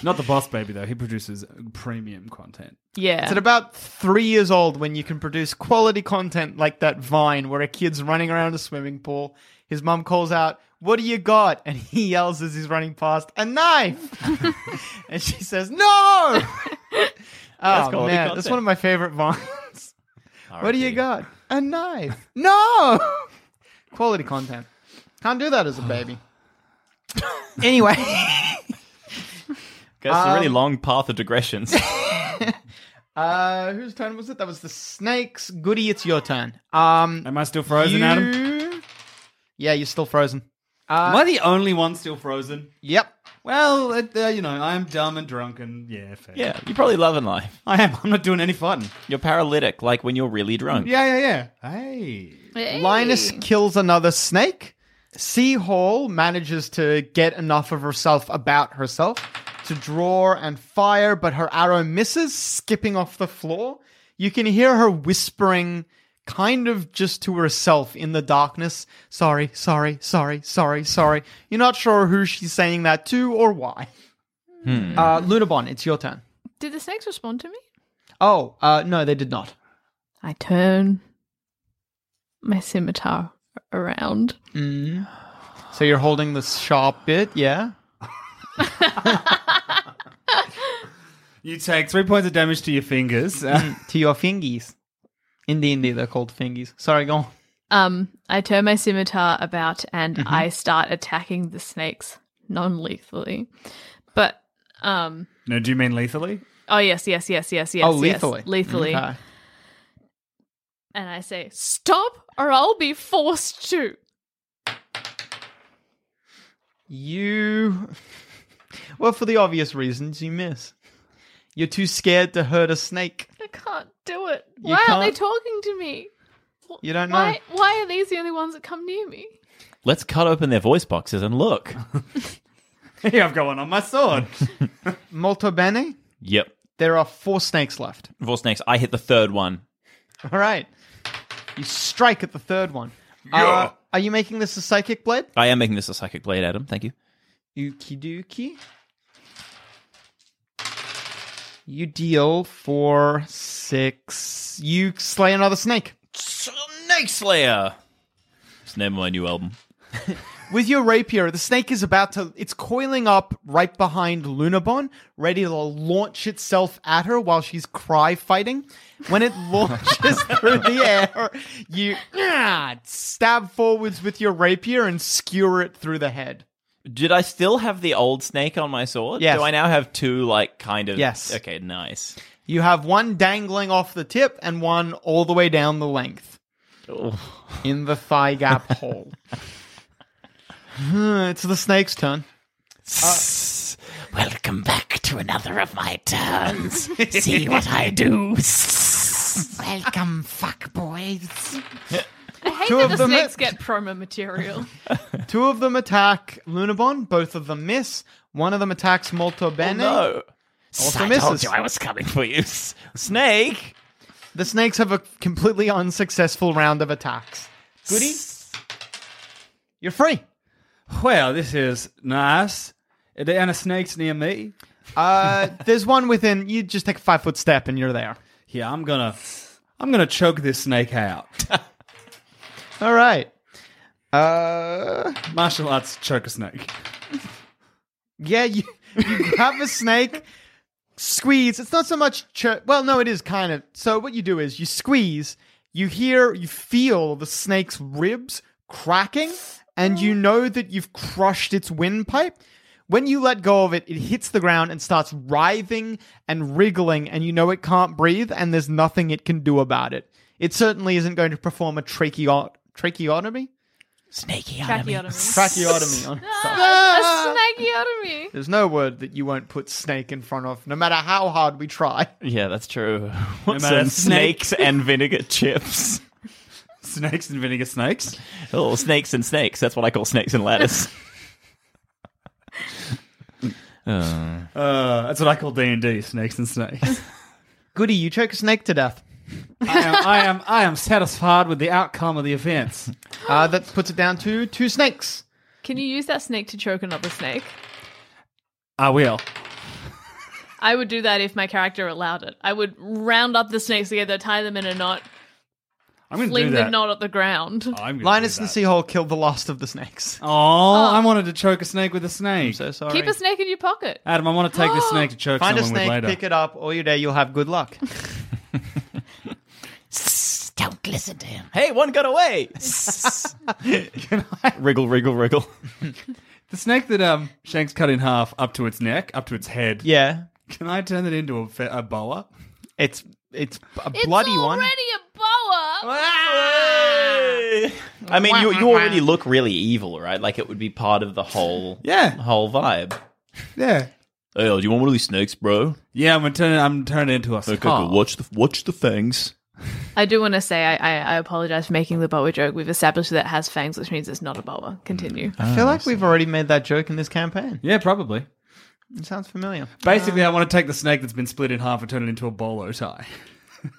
Speaker 4: Not the boss baby though. He produces premium content.
Speaker 7: yeah.
Speaker 6: It's at about three years old when you can produce quality content like that Vine where a kid's running around a swimming pool. His mum calls out, What do you got? And he yells as he's running past, A knife! and she says, No! oh,
Speaker 5: quality
Speaker 6: man. That's
Speaker 5: content.
Speaker 6: one of my favorite Vines. what do you
Speaker 5: R.I.P..
Speaker 6: got? A knife. no! quality content. Can't do that as a baby. anyway.
Speaker 5: That's a
Speaker 6: Um,
Speaker 5: really long path of digressions.
Speaker 6: Uh, whose turn was it? That was the snakes. Goody, it's your turn. Um,
Speaker 4: Am I still frozen, Adam?
Speaker 6: You- Yeah, you're still frozen. Uh,
Speaker 4: Am I the only one still frozen?
Speaker 6: Yep.
Speaker 4: Well, it, uh, you know, I'm dumb and drunk and yeah, fair.
Speaker 5: yeah, you're probably loving life.
Speaker 4: I am. I'm not doing any fighting.
Speaker 5: You're paralytic, like when you're really drunk.
Speaker 4: Yeah, yeah, yeah. Hey.
Speaker 7: Hey.
Speaker 6: Linus kills another snake. Sea Hall manages to get enough of herself about herself to draw and fire, but her arrow misses, skipping off the floor. You can hear her whispering, kind of just to herself in the darkness. Sorry, sorry, sorry, sorry, sorry. You're not sure who she's saying that to or why. Uh, Lunabon, it's your turn.
Speaker 7: Did the snakes respond to me?
Speaker 6: Oh, uh, no, they did not.
Speaker 7: I turn my scimitar around.
Speaker 6: So you're holding the sharp bit, yeah?
Speaker 4: You take three points of damage to your fingers. Uh,
Speaker 6: to your fingies. In D and D, they're called fingies. Sorry, go on.
Speaker 7: Um, I turn my scimitar about and
Speaker 6: Mm-hmm.
Speaker 7: I start attacking the snakes non-lethally. But um,
Speaker 4: no, do you mean lethally?
Speaker 7: oh yes, yes, yes, yes, yes.
Speaker 6: oh,
Speaker 7: yes,
Speaker 6: lethally,
Speaker 7: lethally.
Speaker 6: Okay.
Speaker 7: And I say, "Stop, or I'll be forced to."
Speaker 6: You, well, for the obvious reasons, you miss. You're too scared to hurt a snake.
Speaker 7: I can't do it. Why aren't they
Speaker 6: can't?
Speaker 7: talking to me? Wh-
Speaker 6: You don't
Speaker 7: Why? Why are these the only ones that come near me?
Speaker 5: Let's cut open their voice boxes and look.
Speaker 4: Hey, I've got one on my sword.
Speaker 6: Molto bene.
Speaker 5: yep.
Speaker 6: There are four snakes left.
Speaker 5: Four snakes. I hit the third one.
Speaker 6: All right. You strike at the third one. Uh, are you making this a psychic blade?
Speaker 5: I am making this a psychic blade, Adam. Thank you.
Speaker 6: Okie dokie. You deal for six. You slay another snake.
Speaker 5: Snake Slayer. It's the name of my new album.
Speaker 6: With your rapier, the snake is about to. It's coiling up right behind Lunabon, ready to launch itself at her while she's cry fighting. When it launches through the air, you ah, stab forwards with your rapier and skewer it through the head.
Speaker 5: Did I still have the old snake on my sword?
Speaker 6: Yes.
Speaker 5: Do I now have two, like, kind of?
Speaker 6: Yes.
Speaker 5: Okay, nice.
Speaker 6: You have one dangling off the tip and one all the way down the length.
Speaker 8: Oh.
Speaker 6: In the thigh gap hole. Hmm, it's the snake's turn. Uh,
Speaker 8: Welcome back to another of my turns. See what I do. Welcome, fuck boys.
Speaker 7: I hate
Speaker 6: Two
Speaker 7: that
Speaker 6: of
Speaker 7: the
Speaker 6: them
Speaker 7: snakes
Speaker 6: hit.
Speaker 7: get promo material.
Speaker 6: Two of them attack Lunabon, both of them miss. One of them attacks Molto Bene.
Speaker 5: No.
Speaker 3: Also
Speaker 8: I told
Speaker 3: misses.
Speaker 8: you I was coming for you. S- Snake!
Speaker 6: The snakes have a completely unsuccessful round of attacks. Goody, you're free.
Speaker 4: Well, this is nice. Are there any snakes near me?
Speaker 6: Uh, there's one within. You just take a five foot step and you're there.
Speaker 4: Yeah, I'm gonna, I'm gonna choke this snake out.
Speaker 6: All right. Uh,
Speaker 4: Martial arts choke a snake.
Speaker 6: yeah, you, you grab a snake, squeeze. It's not so much. Ch- well, no, it is kind of. So what you do is you squeeze. You hear, you feel the snake's ribs cracking, and you know that you've crushed its windpipe. When you let go of it, it hits the ground and starts writhing and wriggling, and you know it can't breathe, and there's nothing it can do about it. It certainly isn't going to perform a tracheo- tracheotomy.
Speaker 8: Snakey
Speaker 7: Tracheotomy.
Speaker 6: Tracheotomy on
Speaker 7: Ah, a snakeotomy.
Speaker 6: There's no word that you won't put snake in front of, no matter how hard we try.
Speaker 5: Yeah, that's true. What's
Speaker 4: matter,
Speaker 5: in
Speaker 4: snake.
Speaker 5: snakes and vinegar chips?
Speaker 4: Snakes and vinegar snakes.
Speaker 5: Oh, snakes and snakes. That's what I call snakes and lettuce. Uh,
Speaker 4: Uh, that's what I call D and D. Snakes and snakes.
Speaker 6: Goody, you choke a snake to death.
Speaker 4: I am, I am, I am satisfied with the outcome of the events.
Speaker 6: Uh, that puts it down to two snakes.
Speaker 7: Can you use that snake to choke another snake?
Speaker 4: I will.
Speaker 7: I would do that if my character allowed it. I would round up the snakes together, tie them in a knot,
Speaker 4: I'm gonna
Speaker 7: fling
Speaker 4: do
Speaker 7: the
Speaker 4: that.
Speaker 7: knot at the ground.
Speaker 4: I'm gonna
Speaker 6: Linus
Speaker 4: do
Speaker 6: and
Speaker 4: that.
Speaker 6: Seahole killed the last of the snakes.
Speaker 4: Oh, I wanted to choke a snake with a snake.
Speaker 6: So sorry.
Speaker 7: Keep a snake in your pocket.
Speaker 4: Adam, I want to take this snake to choke
Speaker 6: Find a
Speaker 4: someone with
Speaker 6: snake,
Speaker 4: later.
Speaker 6: pick it up, all your day you'll have good luck.
Speaker 8: Sss, Don't listen to him.
Speaker 5: hey, one got away. wriggle, wriggle, wriggle.
Speaker 4: the snake that um Shanks cut in half up to its neck, up to its head.
Speaker 6: yeah.
Speaker 4: Can I turn it into a, fe- a boa?
Speaker 6: It's it's a
Speaker 7: It's
Speaker 6: bloody one.
Speaker 7: already a boa.
Speaker 5: I mean, you you already look really evil, right? Like it would be part of the whole
Speaker 4: Yeah.
Speaker 5: whole vibe.
Speaker 4: Yeah.
Speaker 5: Hey, do you want one of these snakes, bro?
Speaker 4: Yeah, I'm gonna turn it, I'm turning it into a skull.
Speaker 5: watch the watch the fangs.
Speaker 7: I do want to say I, I, I apologize for making the boa joke. We've established that it has fangs, which means it's not a boa. Continue.
Speaker 6: I feel like we've already made that joke in this campaign.
Speaker 4: Yeah, probably.
Speaker 6: It sounds familiar.
Speaker 4: Basically, I want to take the snake that's been split in half and turn it into a bolo tie.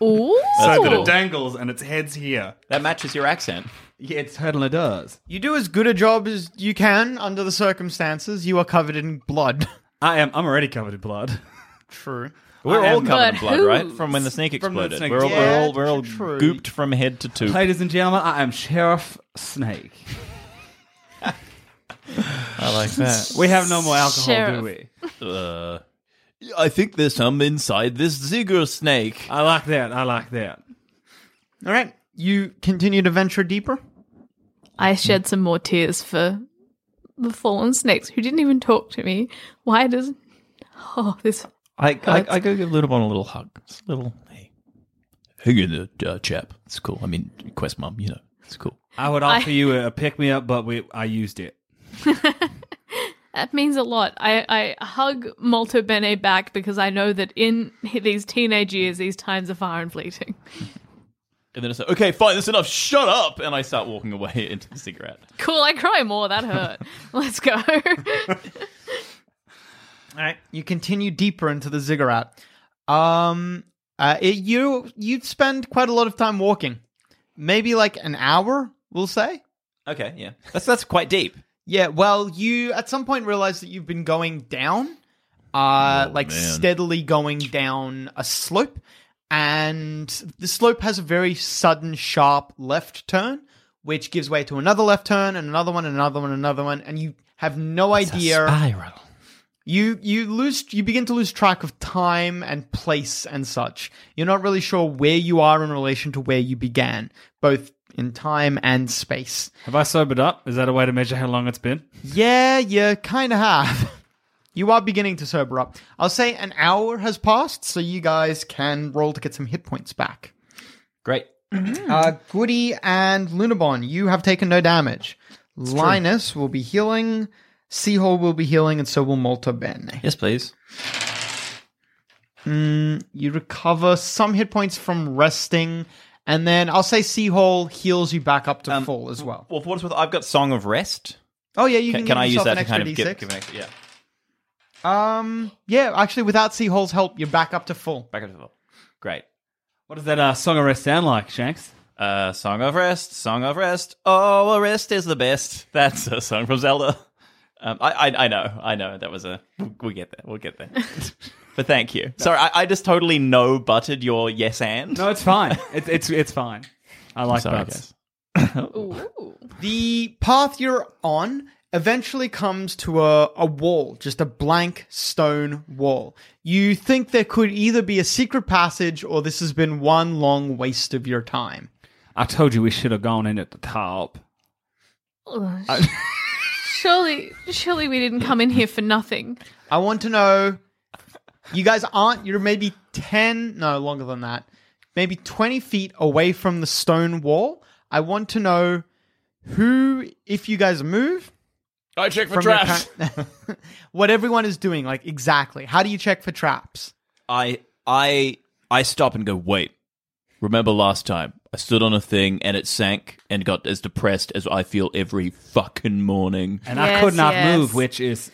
Speaker 7: Ooh.
Speaker 4: So that it dangles and its head's here.
Speaker 5: That matches your accent.
Speaker 4: Yeah, it's hurdling it does.
Speaker 6: You do as good a job as you can under the circumstances. You are covered in blood.
Speaker 4: I am. I'm already covered in blood.
Speaker 6: True.
Speaker 5: We're all covered
Speaker 7: But
Speaker 5: in blood, right?
Speaker 7: who's?
Speaker 5: From when the snake
Speaker 4: From the
Speaker 5: exploded.
Speaker 4: snake-
Speaker 5: we're all
Speaker 6: Yeah,
Speaker 5: we're all, we're all
Speaker 6: true.
Speaker 5: gooped from head to toe.
Speaker 4: Ladies and gentlemen, I am Sheriff Snake.
Speaker 5: I like that.
Speaker 4: We have no more alcohol,
Speaker 7: Sheriff.
Speaker 4: do we?
Speaker 5: uh, I think there's some inside this zigger snake.
Speaker 4: I like that. I like that.
Speaker 6: All right. You continue to venture deeper.
Speaker 7: I shed some more tears for the fallen snakes who didn't even talk to me. Why does oh this
Speaker 5: I I, I go give Lunabon a little hug. It's a little hey, hang in there, uh, chap. It's cool. I mean, Quest Mum, you know, it's cool.
Speaker 4: I would offer you a pick me up, but we I used it.
Speaker 7: that means a lot. I, I hug Malta Bene back because I know that in these teenage years, these times are far and fleeting.
Speaker 5: And then I say, okay, fine, that's enough. Shut up. And I start walking away into the cigarette.
Speaker 7: Cool, I cry more. That hurt. Let's go.
Speaker 6: All right. You continue deeper into the ziggurat. Um, uh, it, you you spend quite a lot of time walking, maybe like an hour, we'll say.
Speaker 5: Okay, yeah, that's that's quite deep.
Speaker 6: Yeah. Well, you at some point realize that you've been going down, uh, like steadily going down a slope, and the slope has a very sudden, sharp left turn, which gives way to another left turn and another one, and another one, and another one, and you have no idea.
Speaker 5: Spiral.
Speaker 6: You you lose you begin to lose track of time and place and such. You're not really sure where you are in relation to where you began, both in time and space.
Speaker 4: Have I sobered up? Is that a way to measure how long it's been?
Speaker 6: Yeah, you kind of have. You are beginning to sober up. I'll say an hour has passed, so you guys can roll to get some hit points back.
Speaker 5: Great.
Speaker 6: Uh, Goody and Lunabon, you have taken no damage. Linus will be healing. Seahole will be healing, and so will Malta Bene.
Speaker 5: Yes, please.
Speaker 6: Hmm, You recover some hit points from resting, and then I'll say Seahole heals you back up to full as well.
Speaker 5: Well, for what's worth, I've got Song of Rest.
Speaker 6: Um, Oh yeah, you
Speaker 5: Can,
Speaker 6: can,
Speaker 5: can
Speaker 6: give
Speaker 5: I use
Speaker 6: yourself
Speaker 5: that
Speaker 6: an
Speaker 5: to
Speaker 6: extra
Speaker 5: kind of
Speaker 6: D6.
Speaker 5: give, give an extra? Yeah.
Speaker 6: Um, yeah, actually, without Sea Hall's help, you're back up to full.
Speaker 5: Back up to the vault. Great.
Speaker 4: What does that uh, song of rest sound like, Shanks?
Speaker 5: Uh, song of rest, song of rest. Oh, a rest is the best. That's a song from Zelda. Um, I, I, I know, I know. That was a. We'll, we'll get there. We'll get there. but thank you. Sorry, I, I just totally no buttered your yes and.
Speaker 4: No, it's fine. it, it's it's fine. I like
Speaker 5: Sorry,
Speaker 4: that.
Speaker 5: guys.
Speaker 7: Ooh.
Speaker 6: The path you're on eventually comes to a, a wall, just a blank stone wall. You think there could either be a secret passage or this has been one long waste of your time.
Speaker 4: I told you we should have gone in at the top.
Speaker 7: Ugh, sh- surely, surely we didn't come in here for nothing.
Speaker 6: I want to know you guys aren't, you're maybe 10, no, longer than that, maybe 20 feet away from the stone wall. I want to know who, if you guys move,
Speaker 5: I check for
Speaker 6: from your current- what everyone is doing, like exactly. How do you check for traps?
Speaker 5: I I I stop and go, wait. Remember last time I stood on a thing and it sank and got as depressed as I feel every fucking morning.
Speaker 4: And I
Speaker 7: Yes,
Speaker 4: could not
Speaker 7: yes.
Speaker 4: move, which is.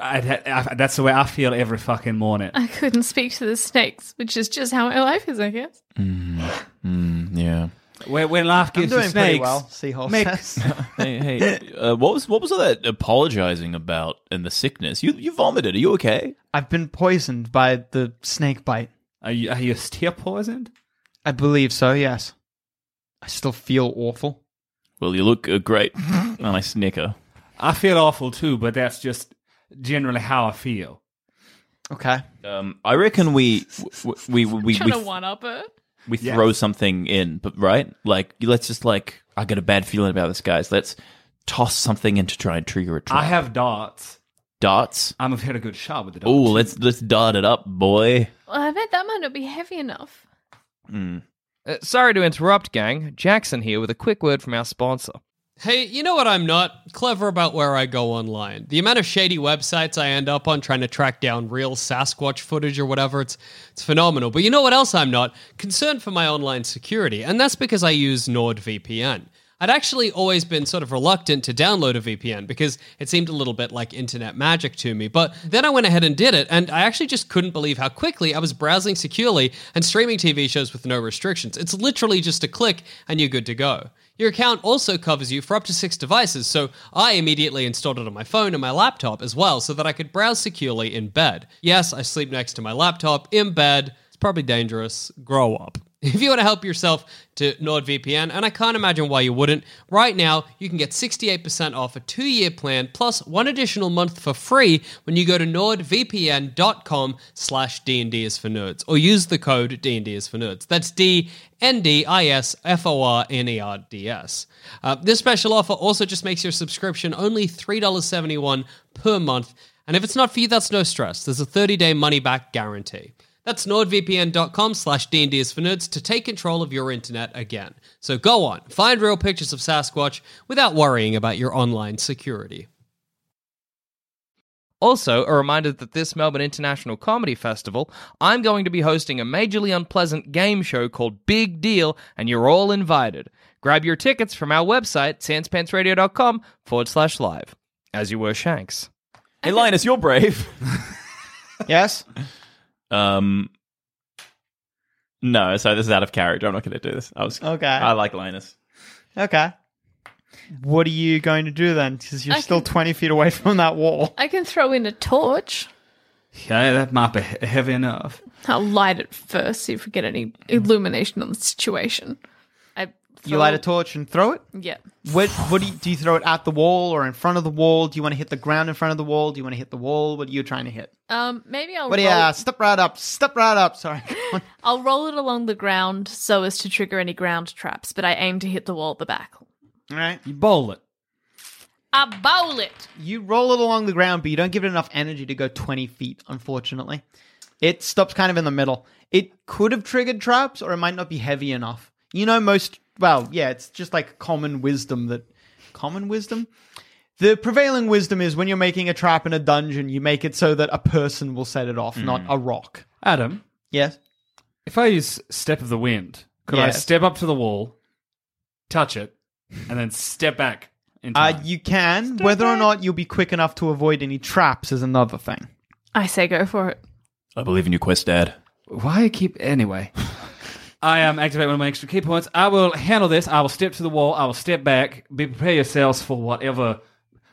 Speaker 4: I, I- that's the way I feel every fucking morning.
Speaker 7: I couldn't speak to the snakes, which is just how my life is, I guess.
Speaker 5: Yeah.
Speaker 4: When, when life gives you
Speaker 6: doing pretty
Speaker 4: snakes,
Speaker 6: well, Seahorse
Speaker 4: make-
Speaker 6: says.
Speaker 5: Hey, hey, uh, what was what was all that apologizing about and the sickness? You you vomited. Are you okay?
Speaker 6: I've been poisoned by the snake bite.
Speaker 4: Are you, are you still poisoned?
Speaker 6: I believe so, yes. I still feel awful.
Speaker 5: Well, you look uh, great. and I snicker.
Speaker 4: I feel awful too, but that's just generally how I feel.
Speaker 6: Okay.
Speaker 5: Um, I reckon we we we we,
Speaker 7: Trying
Speaker 5: we,
Speaker 7: to one up her.
Speaker 5: we throw something in, but right? Like let's just like I got a bad feeling about this, guys. Let's toss something in to try and trigger a trap.
Speaker 4: I have darts.
Speaker 5: darts.
Speaker 4: I'm have had a good shot with the darts.
Speaker 5: Oh, let's let's dart it up, boy.
Speaker 7: Well, I bet that might not be heavy enough.
Speaker 2: Uh, sorry to interrupt, gang. Jackson here with a quick word from our sponsor.
Speaker 10: Hey, you know what I'm not? Clever about where I go online. The amount of shady websites I end up on trying to track down real Sasquatch footage or whatever, it's it's phenomenal. But you know what else I'm not? Concerned for my online security, and that's because I use NordVPN. I'd actually always been sort of reluctant to download a VPN because it seemed a little bit like internet magic to me. But then I went ahead and did it, and I actually just couldn't believe how quickly I was browsing securely and streaming TV shows with no restrictions. It's literally just a click, and you're good to go. Your account also covers you for up to six devices, so I immediately installed it on my phone and my laptop as well so that I could browse securely in bed. Yes, I sleep next to my laptop in bed. It's probably dangerous. Grow up. If you want to help yourself to NordVPN, and I can't imagine why you wouldn't, right now you can get 68% off a two year plan plus one additional month for free when you go to nordvpn.com slash D&D is for nerds or use the code D&D is for nerds. That's D N D I S F O R N E R D S. Uh, This special offer also just makes your subscription only $3.71 per month. And if it's not for you, that's no stress. There's a 30 day money back guarantee. That's nordvpn.com slash D&D is for nerds to take control of your internet again. So go on, find real pictures of Sasquatch without worrying about your online security.
Speaker 2: Also, a reminder that this Melbourne International Comedy Festival, I'm going to be hosting a majorly unpleasant game show called Big Deal, and you're all invited. Grab your tickets from our website, sanspantsradio.com forward slash live. As you were, Shanks.
Speaker 5: Hey, Linus, you're brave.
Speaker 6: Yes?
Speaker 5: Um, no, sorry, this is out of character. I'm not going to do this. I was
Speaker 6: Okay.
Speaker 5: I like Linus.
Speaker 6: Okay. What are you going to do then? Because you're
Speaker 7: I
Speaker 6: still
Speaker 7: can-
Speaker 6: 20 feet away from that wall.
Speaker 7: I can throw in a torch.
Speaker 4: Okay, that might be he- heavy enough.
Speaker 7: I'll light it first, see if we get any illumination on the situation. I
Speaker 6: You light a torch and throw it?
Speaker 7: Yeah.
Speaker 6: What, what do, you, do you throw it at the wall or in front of the wall? Do you want to hit the ground in front of the wall? Do you want to hit the wall? What are you trying to hit?
Speaker 7: Um, maybe I'll
Speaker 6: What do you,
Speaker 7: roll,
Speaker 6: uh, step right up. Step right up. Sorry.
Speaker 7: I'll roll it along the ground so as to trigger any ground traps, but I aim to hit the wall at the back.
Speaker 6: All right.
Speaker 4: You bowl it.
Speaker 7: I bowl it.
Speaker 6: You roll it along the ground, but you don't give it enough energy to go 20 feet, unfortunately. It stops kind of in the middle. It could have triggered traps, or it might not be heavy enough. You know, most, well, yeah, it's just like common wisdom that. Common wisdom? The prevailing wisdom is when you're making a trap in a dungeon, you make it so that a person will set it off, not a rock.
Speaker 4: Adam,
Speaker 6: Yes?
Speaker 4: if I use Step of the Wind, could I
Speaker 6: Yes.
Speaker 4: step up to the wall, touch it, and then step back in
Speaker 6: Uh,
Speaker 4: time?
Speaker 6: you can. Whether or not you'll be quick enough to avoid any traps is another thing.
Speaker 7: I say go for it.
Speaker 5: I believe in your quest, Dad.
Speaker 4: Why keep anyway? I am um, activate one of my extra key points. I will handle this. I will step to the wall. I will step back. Be prepare yourselves for whatever.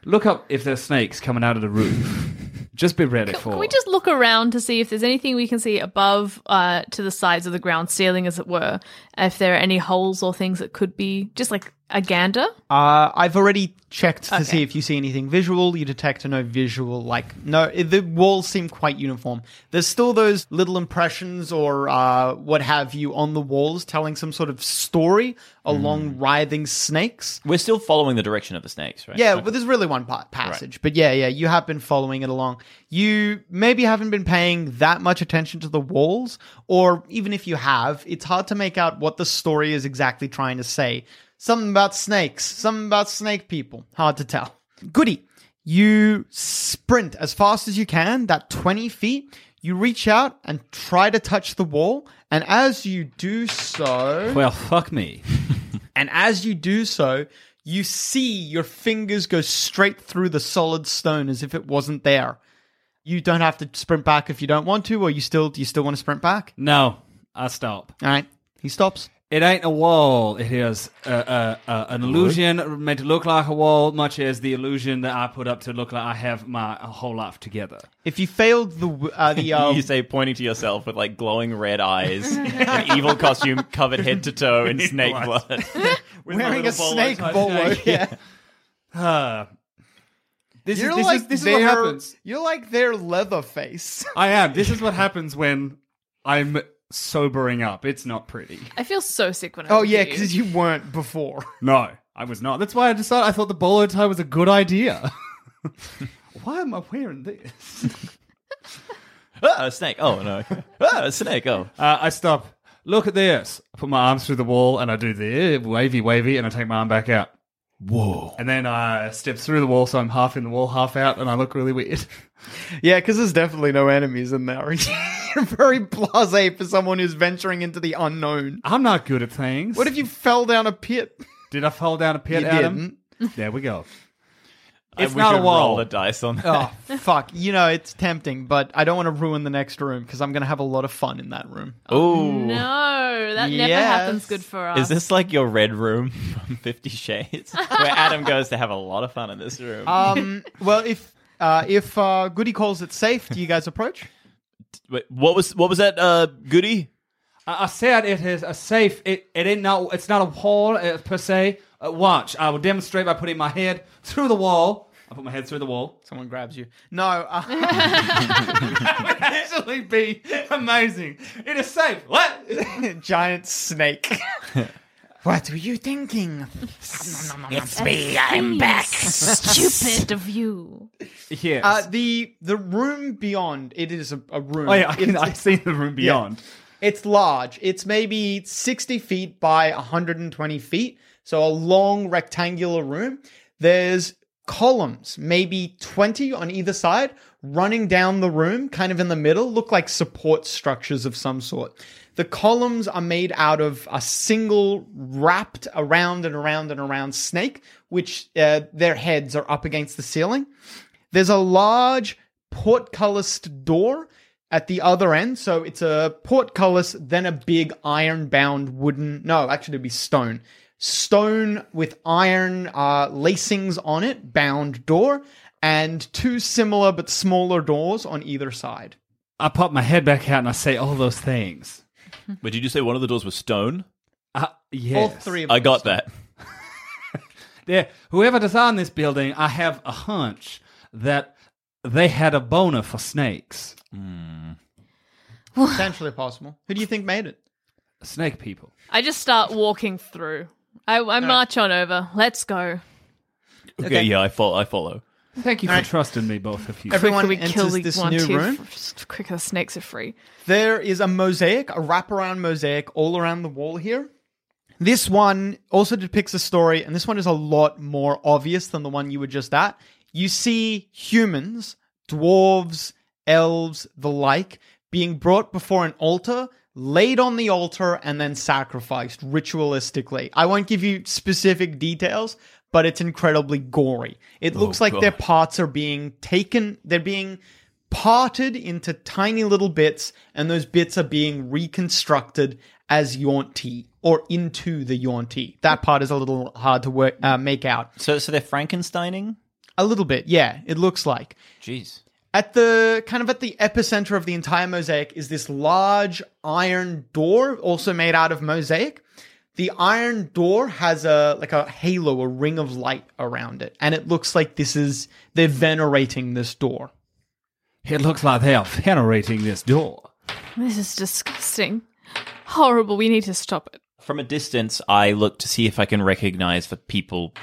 Speaker 4: Look up if there's snakes coming out of the roof. just be ready for.
Speaker 7: Can we just look around to see if there's anything we can see above, uh, to the sides of the ground ceiling, as it were? If there are any holes or things that could be just like a gander.
Speaker 6: Uh, I've already checked to
Speaker 7: Okay.
Speaker 6: see if you see anything visual. You detect no visual, like no. i- The walls seem quite uniform. There's still those little impressions or uh, what have you on the walls, telling some sort of story along writhing snakes.
Speaker 5: We're still following the direction of the snakes, right?
Speaker 6: Yeah, but there's really one part passage. But yeah, yeah, you have been following it along. You maybe haven't been paying that much attention to the walls, or even if you have, it's hard to make out what the story is exactly trying to say. Something about snakes, something about snake people. Hard to tell. Goody, you sprint as fast as you can, that 20 feet. You reach out and try to touch the wall, and as you do so.
Speaker 4: well, fuck me.
Speaker 6: And as you do so, you see your fingers go straight through the solid stone as if it wasn't there. You don't have to sprint back if you don't want to, or you still do you still want to sprint back?
Speaker 4: No, I stop.
Speaker 6: All right, he stops.
Speaker 4: It ain't a wall. It is uh, uh, uh, an illusion made to look like a wall, much as the illusion that I put up to look like I have my whole life together.
Speaker 6: If you failed the w- uh, the um,
Speaker 5: You say pointing to yourself with like glowing red eyes, an evil costume covered head to toe in snake blood.
Speaker 6: wearing a snake bolo, yeah.
Speaker 4: Uh, this
Speaker 6: you're
Speaker 4: is, this
Speaker 6: like
Speaker 4: is, this is
Speaker 6: their,
Speaker 4: what happens.
Speaker 6: You're like their leather face.
Speaker 4: I am. This is what happens when I'm sobering up. It's not pretty.
Speaker 7: I feel so sick when I.
Speaker 6: Oh
Speaker 7: look
Speaker 6: yeah,
Speaker 7: at you.
Speaker 6: because you weren't before.
Speaker 4: No, I was not. That's why I decided I thought the bolo tie was a good idea. why am I wearing this?
Speaker 5: ah, a snake. Oh no. Ah, a snake. Oh.
Speaker 4: Uh, I stop. Look at this. I put my arms through the wall and I do the wavy, wavy, and I take my arm back out. Whoa. And then I step through the wall, so I'm half in the wall, half out, and I look really weird.
Speaker 6: Yeah, because there's definitely no enemies in there. You're very blasé for someone who's venturing into the unknown.
Speaker 4: I'm not good at things.
Speaker 6: What if you fell down a pit?
Speaker 4: Did I fall down a pit,
Speaker 6: You
Speaker 4: Adam? There we go. It's
Speaker 5: I
Speaker 4: not
Speaker 5: we
Speaker 4: a
Speaker 5: should
Speaker 4: wall.
Speaker 5: Roll a dice on that.
Speaker 6: Oh fuck! You know it's tempting, but I don't want to ruin the next room because I'm going to have a lot of fun in that room.
Speaker 4: Oh.
Speaker 5: Ooh.
Speaker 7: No, that never
Speaker 6: Yes.
Speaker 7: happens good for us.
Speaker 5: Is this like your red room from Fifty Shades, where Adam goes to have a lot of fun in this room?
Speaker 4: Uh,
Speaker 6: Um, well, if uh, if uh, Goody calls it safe, do you guys approach?
Speaker 5: Wait, what was what was that? Uh, Goody.
Speaker 4: I I said it is a safe. It it ain't not. It's not a wall uh, per se. Uh, watch. I will demonstrate by putting my head through the wall. I put my head through the wall.
Speaker 6: Someone grabs you. No, uh,
Speaker 4: That would actually be amazing. It is safe. What?
Speaker 6: giant snake. what were you thinking? Uh,
Speaker 8: It's me, I'm back.
Speaker 7: stupid of you?
Speaker 4: Yes.
Speaker 6: Uh, the the room beyond. It is a, a room.
Speaker 4: oh yeah. I
Speaker 6: It's-
Speaker 4: can, I've seen the room beyond.
Speaker 6: It's large. It's maybe 60 feet by 120 feet. So a long rectangular room. There's columns, maybe 20 on either side, running down the room, kind of in the middle, look like support structures of some sort. The columns are made out of a single wrapped around and around and around snake, which uh, their heads are up against the ceiling. There's a large portcullised door at the other end. So it's a portcullis, then a big iron bound wooden, no, actually, it'd be stone. Stone with iron uh, lacings on it, bound door, and two similar but smaller doors on either side.
Speaker 4: I pop my head back out and I say all those things.
Speaker 5: But did you say one of the doors was stone?
Speaker 4: Uh, yes.
Speaker 6: All three of them.
Speaker 5: I got that.
Speaker 4: Yeah. Whoever designed this building, I have a hunch that they had a boner for snakes.
Speaker 6: Potentially possible. Who do you think made it?
Speaker 4: Snake people.
Speaker 7: I just start walking through. I, I march on over. Let's go.
Speaker 5: Okay. Yeah, I follow. I follow.
Speaker 4: Thank you for trusting me, both of you.
Speaker 6: Everyone
Speaker 7: we kill
Speaker 6: enters
Speaker 7: the
Speaker 6: this
Speaker 7: one,
Speaker 6: new
Speaker 7: two,
Speaker 6: room.
Speaker 7: f- just quicker, the snakes are free.
Speaker 6: There is a mosaic, a wraparound mosaic all around the wall here. This one also depicts a story, and this one is a lot more obvious than the one you were just at. You see humans, dwarves, elves, the like, being brought before an altar laid on the altar and then sacrificed ritualistically. I won't give you specific details, but it's incredibly gory. It looks like their parts are being taken, they're being parted into tiny little bits, and those bits are being reconstructed as Yonti or into the Yonti. That part is a little hard to work, uh, make out.
Speaker 5: So, so they're Frankensteining.
Speaker 6: A little bit, yeah, it looks like
Speaker 5: Jeez.
Speaker 6: at the kind of at the epicenter of the entire mosaic is this large iron door also made out of mosaic the iron door has a like a halo a ring of light around it and it looks like this is they're venerating this door
Speaker 4: It looks like they are venerating this door.
Speaker 7: This is disgusting. Horrible. We need to stop it.
Speaker 5: From a distance, I look to see if I can recognize the people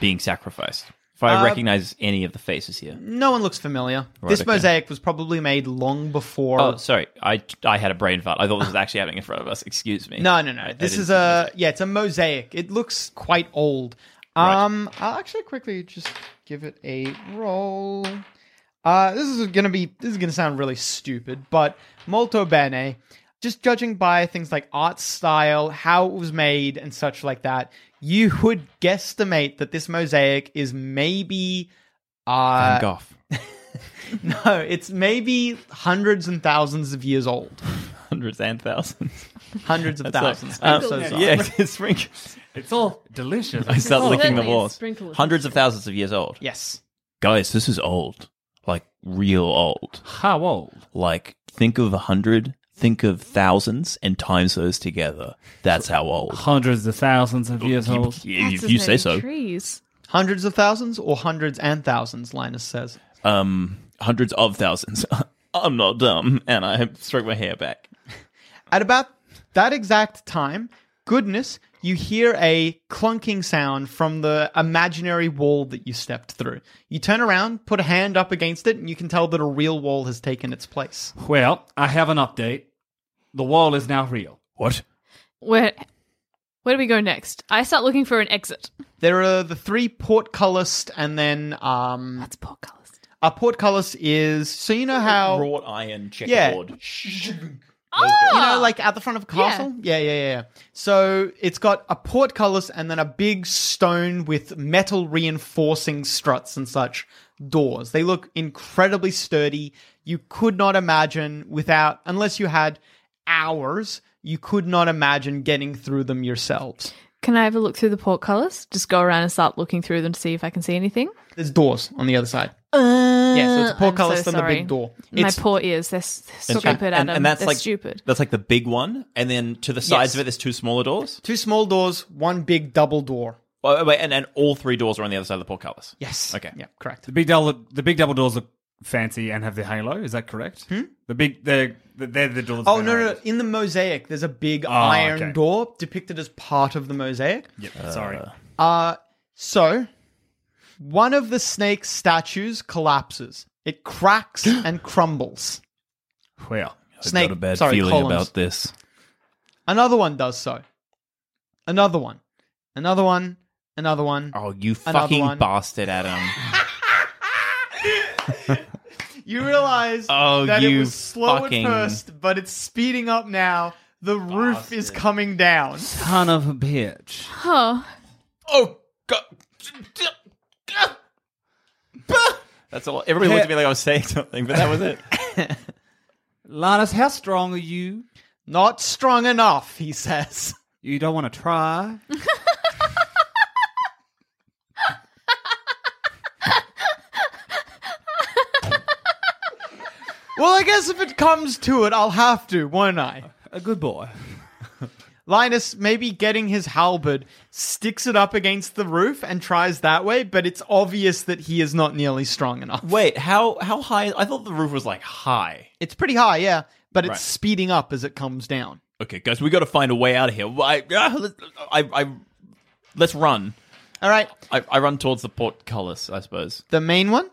Speaker 5: being sacrificed. If I
Speaker 6: Uh,
Speaker 5: recognize any of the faces here.
Speaker 6: no one looks familiar this
Speaker 5: okay.
Speaker 6: mosaic was probably made long before
Speaker 5: Oh, sorry. I I had a brain fart. I thought this was actually happening in front of us. Excuse me.
Speaker 6: no no no
Speaker 5: I- I
Speaker 6: this
Speaker 5: didn't
Speaker 6: is
Speaker 5: see
Speaker 6: a yeah it's a mosaic it looks quite old um i'll actually quickly just give it a roll Uh, this is gonna be this is gonna sound really stupid, but molto bene. Just judging by things like art style, how it was made, and such like that, you would guesstimate that this mosaic is maybe uh,
Speaker 5: Van Gogh.
Speaker 6: no, it's maybe hundreds and thousands of years old.
Speaker 5: Hundreds and thousands.
Speaker 6: Hundreds of
Speaker 5: That's
Speaker 6: thousands.
Speaker 5: like-
Speaker 6: I'm so
Speaker 5: um,
Speaker 6: sorry.
Speaker 5: Yeah, it's ring-
Speaker 4: It's all delicious.
Speaker 5: I start licking the
Speaker 7: certainly a
Speaker 5: walls.
Speaker 7: Oh, sprinkle of
Speaker 5: Hundreds of thousands of years old.
Speaker 6: Yes.
Speaker 5: Guys, this is old. Like real old.
Speaker 4: How old?
Speaker 5: Like think of a hundred, think of thousands, and times those together. That's how old.
Speaker 4: Hundreds of thousands of years
Speaker 5: You-
Speaker 4: old.
Speaker 5: you-
Speaker 7: That's
Speaker 5: if
Speaker 7: as
Speaker 5: you say
Speaker 7: many
Speaker 5: so.
Speaker 7: Trees.
Speaker 6: Hundreds of thousands or hundreds and thousands, Linus says.
Speaker 5: Um, hundreds of thousands. I'm not dumb, and I stroke my hair back.
Speaker 6: At about that exact time, goodness, you hear a clunking sound from the imaginary wall that you stepped through. You turn around, put a hand up against it, and you can tell that a real wall has taken its place.
Speaker 4: Well, I have an update. The wall is now real.
Speaker 5: What?
Speaker 7: Where where do we go next? I start looking for an exit.
Speaker 6: There are the three portcullis, and then um,
Speaker 7: That's poor colours.
Speaker 6: a portcullis is so you know how
Speaker 5: Wrought iron
Speaker 6: yeah,
Speaker 5: checkerboard.
Speaker 6: you know, like at the front of a
Speaker 7: Ah. Yeah.
Speaker 6: castle. Yeah, yeah, yeah. So it's got a portcullis and then a big stone with metal reinforcing struts and such doors. They look incredibly sturdy. You could not imagine without, unless you had hours, you could not imagine getting through them yourselves.
Speaker 7: Can I have a look through the portcullis? Just go around and start looking through them to see if I can see anything.
Speaker 6: There's doors on the other side.
Speaker 7: Uh,
Speaker 6: Yeah, so it's a
Speaker 7: I'm
Speaker 6: portcullis
Speaker 7: so
Speaker 6: then the
Speaker 7: sorry.
Speaker 6: big door.
Speaker 7: My
Speaker 6: It's-
Speaker 7: poor ears, they're, s- they're stupid, Adam. they're
Speaker 5: like
Speaker 7: stupid.
Speaker 5: That's like the big one, and then to the sides
Speaker 6: Yes.
Speaker 5: of it, there's two smaller doors.
Speaker 6: Two small doors, one big double door.
Speaker 5: Oh, wait, and and all three doors are on the other side of the portcullis.
Speaker 6: Yes.
Speaker 5: Okay.
Speaker 6: Yeah, correct.
Speaker 4: The big double, the big double doors look fancy and have the halo. Is that correct? The big, they're they're the doors.
Speaker 6: Hmm? Oh no,
Speaker 4: that
Speaker 6: no!
Speaker 4: are-
Speaker 6: no. In the mosaic, there's a big
Speaker 5: Ah,
Speaker 6: iron
Speaker 4: okay.
Speaker 6: door depicted as part of the mosaic.
Speaker 4: Yep, sorry.
Speaker 6: Uh, so one of the snake's statues collapses. It cracks and crumbles.
Speaker 4: Well,
Speaker 6: Snake, sorry, columns.
Speaker 5: this.
Speaker 6: Another one does so. Another one. Another one. Another one.
Speaker 5: Oh, you
Speaker 6: Another
Speaker 5: fucking
Speaker 6: one.
Speaker 5: bastard, Adam!
Speaker 6: You realize
Speaker 5: Oh,
Speaker 6: that it
Speaker 5: you
Speaker 6: was slow
Speaker 5: fucking-
Speaker 6: at first, but it's speeding up now. The roof is coming down.
Speaker 4: ton of a bitch.
Speaker 7: Oh,
Speaker 5: oh god! That's all. Everybody looked at me like I was saying something, but that was it.
Speaker 4: Linus, how strong are you?
Speaker 6: Not strong enough, he says.
Speaker 4: You don't want to try.
Speaker 6: Well, I guess if it comes to it, I'll have to, won't I?
Speaker 4: A good boy.
Speaker 6: Linus, maybe getting his halberd, sticks it up against the roof and tries that way, but it's obvious that he is not nearly strong enough.
Speaker 5: Wait, how how high? I thought the roof was like high.
Speaker 6: It's pretty high, yeah, but it's
Speaker 5: Right.
Speaker 6: speeding up as it comes down.
Speaker 5: Okay, guys, we got to find a way out of here. I, ah, let- I, I, let's run.
Speaker 6: All right,
Speaker 5: I, I run towards the portcullis, I suppose.
Speaker 6: the main one?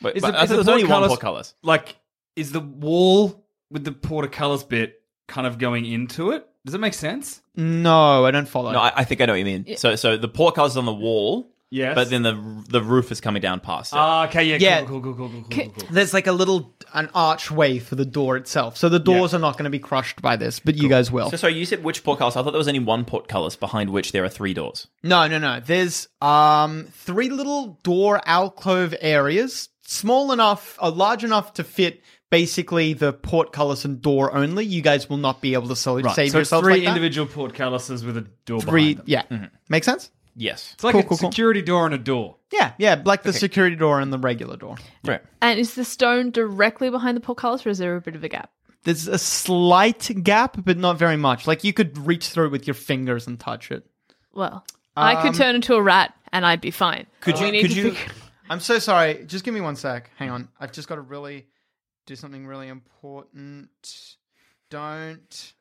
Speaker 5: But,
Speaker 4: Is
Speaker 5: but
Speaker 4: the-
Speaker 5: I
Speaker 4: is
Speaker 5: thought
Speaker 4: the
Speaker 5: there's only one
Speaker 4: portcullis-
Speaker 5: portcullis.
Speaker 4: Like, is the wall with the portcullis bit kind of going into it? Does it make sense?
Speaker 6: No, I don't follow.
Speaker 5: No, I, I think I know what you mean. So, so the portcullis is on the wall,
Speaker 4: Yes.
Speaker 5: But then the the roof is coming down past it.
Speaker 4: Ah, okay, yeah,
Speaker 6: Yeah.
Speaker 4: Cool, cool, cool, cool, cool, cool,
Speaker 7: Ca-
Speaker 4: cool.
Speaker 6: There's like a little an archway for the door itself, so the doors are not going to be crushed by this, but you guys will.
Speaker 5: so sorry, you said which portcullis? I thought there was only one portcullis behind which there are three doors.
Speaker 6: No, no, no. There's um three little door alcove areas, small enough, uh, large enough to fit basically the portcullis and door only. You guys will not be able to so-
Speaker 4: Right,
Speaker 6: save
Speaker 4: so it's
Speaker 6: yourselves
Speaker 4: three
Speaker 6: like that.
Speaker 4: individual portcullises with a door
Speaker 6: Three,
Speaker 4: behind them. Mm-hmm.
Speaker 6: yeah, make sense.
Speaker 5: Yes.
Speaker 4: It's like
Speaker 6: Cool,
Speaker 4: a
Speaker 6: cool, cool.
Speaker 4: security door and a door.
Speaker 6: Yeah, yeah, like the security door and the regular door.
Speaker 5: Right.
Speaker 7: And is the stone directly behind the portcullis, or is there a bit of a gap?
Speaker 6: There's a slight gap, but not very much. Like you could reach through with your fingers and touch it.
Speaker 7: Well, I could turn into a rat and I'd be fine.
Speaker 5: Um, Could
Speaker 7: We
Speaker 5: you
Speaker 7: need
Speaker 5: could
Speaker 7: to
Speaker 5: you
Speaker 7: figure-
Speaker 6: I'm so sorry. Just give me one sec. Hang on. I've just got to really do something really important. Don't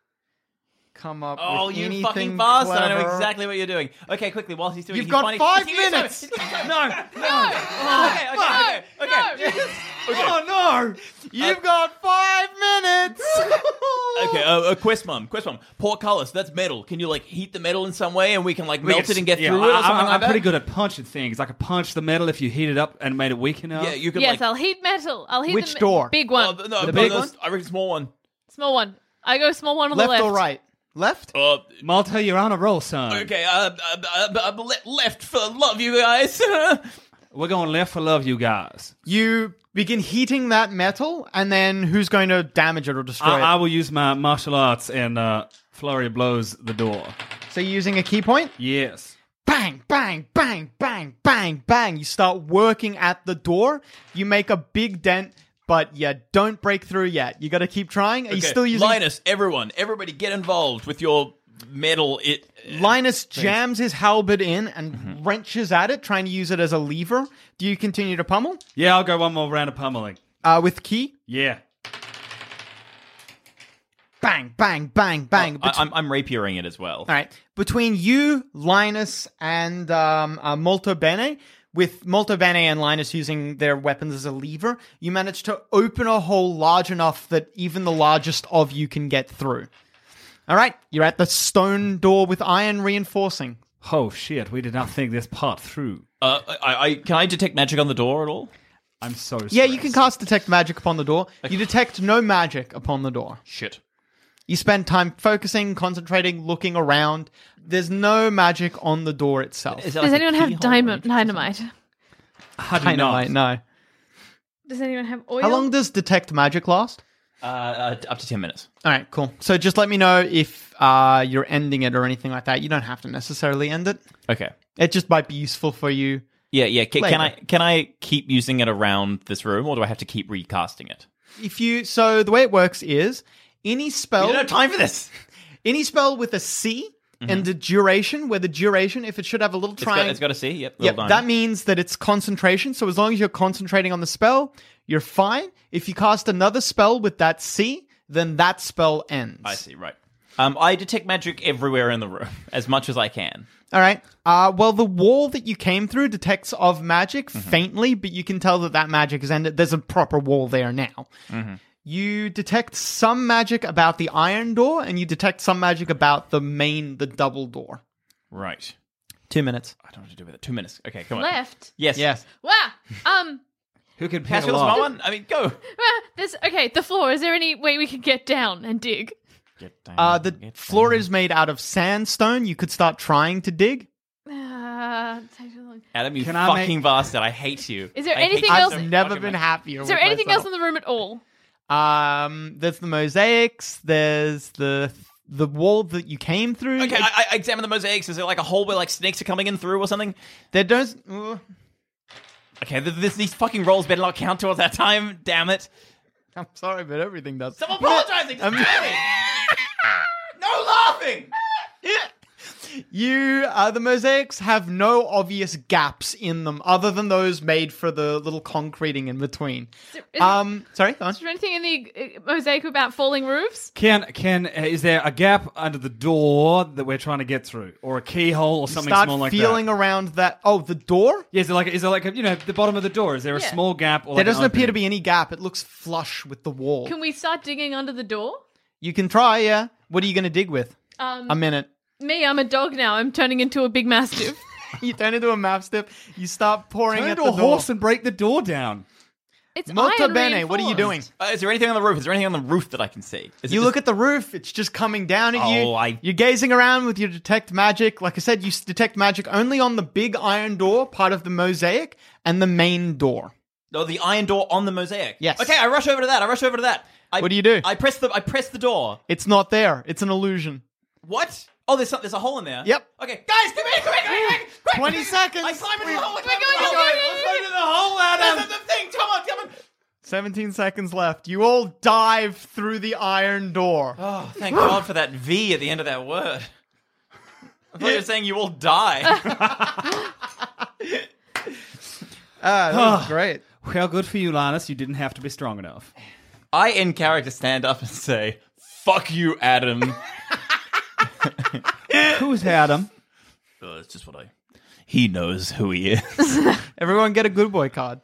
Speaker 6: come up
Speaker 5: Oh,
Speaker 6: with
Speaker 5: you
Speaker 6: anything
Speaker 5: fucking bastard! I know
Speaker 6: clever.
Speaker 5: exactly what you're doing. Okay, quickly, while he's doing,
Speaker 6: You've
Speaker 5: he's
Speaker 6: got
Speaker 5: finding-
Speaker 6: five
Speaker 5: he's doing something.
Speaker 6: minutes!
Speaker 5: He's doing something.
Speaker 6: No, no.
Speaker 5: Okay, okay, okay, okay.
Speaker 6: Oh no! You've got five minutes.
Speaker 5: Okay, uh, uh, quest mom, quest mom. Portcullis, that's metal. Can you like heat the metal in some way, and we can like melt it and get
Speaker 4: Yeah,
Speaker 5: through it? Or
Speaker 4: I,
Speaker 5: something
Speaker 4: am
Speaker 5: like that?
Speaker 4: pretty good at punching things. I could punch the metal if you heat it up and made it weak enough.
Speaker 5: Yeah, you could
Speaker 7: Yes,
Speaker 5: like.
Speaker 7: I'll heat metal. I'll heat
Speaker 6: Which
Speaker 7: the
Speaker 6: door?
Speaker 7: Big one,
Speaker 5: Oh, no,
Speaker 4: The
Speaker 5: no,
Speaker 4: big
Speaker 5: no,
Speaker 4: one?
Speaker 5: I reckon small one.
Speaker 7: small one. I go small one on
Speaker 6: Left
Speaker 7: the left
Speaker 6: or right? Left.
Speaker 5: Uh,
Speaker 4: Malta, you're on a roll, son.
Speaker 5: okay, uh, uh, uh, uh, le- left for love, you guys.
Speaker 4: We're going left for love, you guys.
Speaker 6: You begin heating that metal, and then who's going to damage it or destroy
Speaker 5: Uh,
Speaker 4: I, I
Speaker 6: it?
Speaker 4: will use my martial arts and uh, flurry of blows the door.
Speaker 6: So you're using a key point.
Speaker 4: Yes.
Speaker 6: bang, bang, bang, bang, bang, bang. You start working at the door. You make a big dent, but you don't break through yet. You got to keep trying. Are you
Speaker 5: Okay,
Speaker 6: still using
Speaker 5: Linus? Everyone, everybody, get involved with your metal. It.
Speaker 6: Linus jams his halberd in and
Speaker 5: Mm-hmm.
Speaker 6: wrenches at it, trying to use it as a lever. Do you continue to pummel
Speaker 4: Yeah, I'll go one more round of pummeling.
Speaker 6: uh, with key?
Speaker 4: Yeah.
Speaker 6: Bang, bang, bang, bang.
Speaker 5: Uh, I, I'm, I'm rapiering it as well.
Speaker 6: All right. Between you, Linus, and um, uh, Molto Bene, with Molto Bene and Linus using their weapons as a lever, you manage to open a hole large enough that even the largest of you can get through. All right. You're at the stone door with iron reinforcing.
Speaker 4: Oh shit, we did not think this part through.
Speaker 5: Uh, I, I can I detect magic on the door at all?
Speaker 4: I'm so
Speaker 6: Yeah, you can
Speaker 4: stressed.
Speaker 6: cast Detect Magic upon the door. You detect no magic upon the door.
Speaker 5: Shit.
Speaker 6: You spend time focusing, concentrating, looking around. There's no magic on the door itself.
Speaker 5: Is that
Speaker 7: Does
Speaker 5: like a
Speaker 7: anyone have
Speaker 5: keyhole
Speaker 7: diamond,
Speaker 5: or anything?
Speaker 7: dynamite?
Speaker 4: I do
Speaker 6: Kinda
Speaker 4: not.
Speaker 6: like, no.
Speaker 7: Does anyone have oil?
Speaker 6: How long does Detect Magic last?
Speaker 5: Uh, uh, up to ten minutes.
Speaker 6: All right, cool. So just let me know if uh, you're ending it or anything like that. You don't have to necessarily end it.
Speaker 5: Okay.
Speaker 6: It just might be useful for you.
Speaker 5: Yeah, yeah. Can,
Speaker 6: Later.
Speaker 5: can I can I keep using it around this room, or do I have to keep recasting it?
Speaker 6: If you so the way it works is any spell
Speaker 5: time for this.
Speaker 6: any spell with a C and the duration where the duration if it should have a little
Speaker 5: It's got,
Speaker 6: triangle
Speaker 5: it's got a C. Yep.
Speaker 6: Yep,
Speaker 5: little
Speaker 6: that
Speaker 5: diamond.
Speaker 6: means that it's concentration. So as long as you're concentrating on the spell, you're fine. If you cast another spell with that C, then that spell ends.
Speaker 5: I see. Right. Um, I detect magic everywhere in the room as much as I can.
Speaker 6: All right. Uh, well, the wall that you came through detects of magic
Speaker 5: Mm-hmm.
Speaker 6: faintly, but you can tell that that magic is ended. There's a proper wall there now.
Speaker 5: Mm-hmm.
Speaker 6: You detect some magic about the iron door, and you detect some magic about the main, the double door.
Speaker 5: Right.
Speaker 6: Two minutes.
Speaker 5: I don't know what to do with it. Two minutes. Okay, come on.
Speaker 7: left?
Speaker 5: Yes.
Speaker 6: Yes.
Speaker 7: Wow. Um.
Speaker 4: Who can
Speaker 5: Pass
Speaker 4: pass
Speaker 5: me the small one. I mean, go.
Speaker 7: ah, There's okay. The floor. Is there any way we could get down and dig?
Speaker 6: Uh, the floor is made out of sandstone. You could start trying to dig.
Speaker 7: Uh, it's taking too long.
Speaker 5: Adam, you
Speaker 4: Can I make-
Speaker 5: fucking bastard! I hate you.
Speaker 7: Is there
Speaker 5: I hate
Speaker 7: anything
Speaker 5: you
Speaker 7: else-
Speaker 5: so
Speaker 6: I've never
Speaker 5: fucking
Speaker 6: been
Speaker 5: much.
Speaker 6: happier.
Speaker 7: Is there
Speaker 6: with
Speaker 7: anything
Speaker 6: myself.
Speaker 7: else in the room at all?
Speaker 6: Um, there's the mosaics. There's the the wall that you came through.
Speaker 5: Okay, I, I examine the mosaics. Is there like a hole where like snakes are coming in through or something?
Speaker 6: There does. uh,
Speaker 5: Okay, th- this, these fucking rolls better not count towards that time. Damn it!
Speaker 6: I'm sorry, but everything does.
Speaker 5: I'm apologizing.
Speaker 6: Um,
Speaker 5: no laughing.
Speaker 6: you uh, the mosaics have no obvious gaps in them, other than those made for the little concreting in between.
Speaker 7: Is there-
Speaker 6: Um, sorry, go on.
Speaker 7: is there anything in the uh, mosaic about falling roofs?
Speaker 4: Can can uh, is there a gap under the door that we're trying to get through, or a keyhole, or something
Speaker 6: Start
Speaker 4: small like
Speaker 6: feeling
Speaker 4: that?
Speaker 6: around that. Oh, the door.
Speaker 4: Yeah, is there like is there like a, you know the bottom of the door? Is there a
Speaker 7: Yeah.
Speaker 4: small gap? Or
Speaker 6: There doesn't appear to be any gap. It looks flush with the wall.
Speaker 7: Can we start digging under the door?
Speaker 6: you can try. Yeah. What are you going to dig with?
Speaker 7: Um,
Speaker 6: A minute.
Speaker 7: me, I'm a dog now. I'm turning into a big mastiff.
Speaker 6: you turn into a map step. You start pouring
Speaker 4: Turn
Speaker 6: at
Speaker 4: into
Speaker 6: the
Speaker 4: a horse
Speaker 6: door.
Speaker 4: and break the door down.
Speaker 7: It's
Speaker 6: Molto
Speaker 7: iron
Speaker 6: bene. What are you doing?
Speaker 7: reinforced.
Speaker 5: Uh, is there anything on the roof? Is there anything on the roof that I can see? Is it
Speaker 6: You
Speaker 5: just-
Speaker 6: look at the roof. It's just coming down at you.
Speaker 5: Oh, I-
Speaker 6: You're gazing around with your detect magic. Like I said, you s- detect magic only on the big iron door, part of the mosaic, and the main door.
Speaker 5: Oh, the iron door on the mosaic.
Speaker 6: Yes.
Speaker 5: Okay, I rush over to that. I rush over to that. I,
Speaker 6: What do you do?
Speaker 5: I press the I press the door.
Speaker 6: It's not there. It's an illusion.
Speaker 5: What? Oh, there's some, there's a hole in there.
Speaker 6: Yep.
Speaker 5: Okay, guys, come here, come here, come here, quick, quick.
Speaker 6: 20 seconds.
Speaker 5: I climb into
Speaker 6: We-
Speaker 5: the hole. I
Speaker 6: we're
Speaker 5: climb into
Speaker 6: going,
Speaker 5: the hole.
Speaker 6: we're
Speaker 5: Let's go into the hole, Adam. That's the thing. Come on, come on.
Speaker 6: 17 seconds left. You all dive through the iron door.
Speaker 5: Oh, thank God for that V at the end of that word. I thought you were saying you all die.
Speaker 6: Ah, that was great.
Speaker 4: Well, good for you, Linus. You didn't have to be strong enough.
Speaker 5: I, in character, stand up and say, "Fuck you, Adam."
Speaker 4: Who's Adam?
Speaker 5: Uh, it's just what I. He knows who he is.
Speaker 6: Everyone get a good boy card.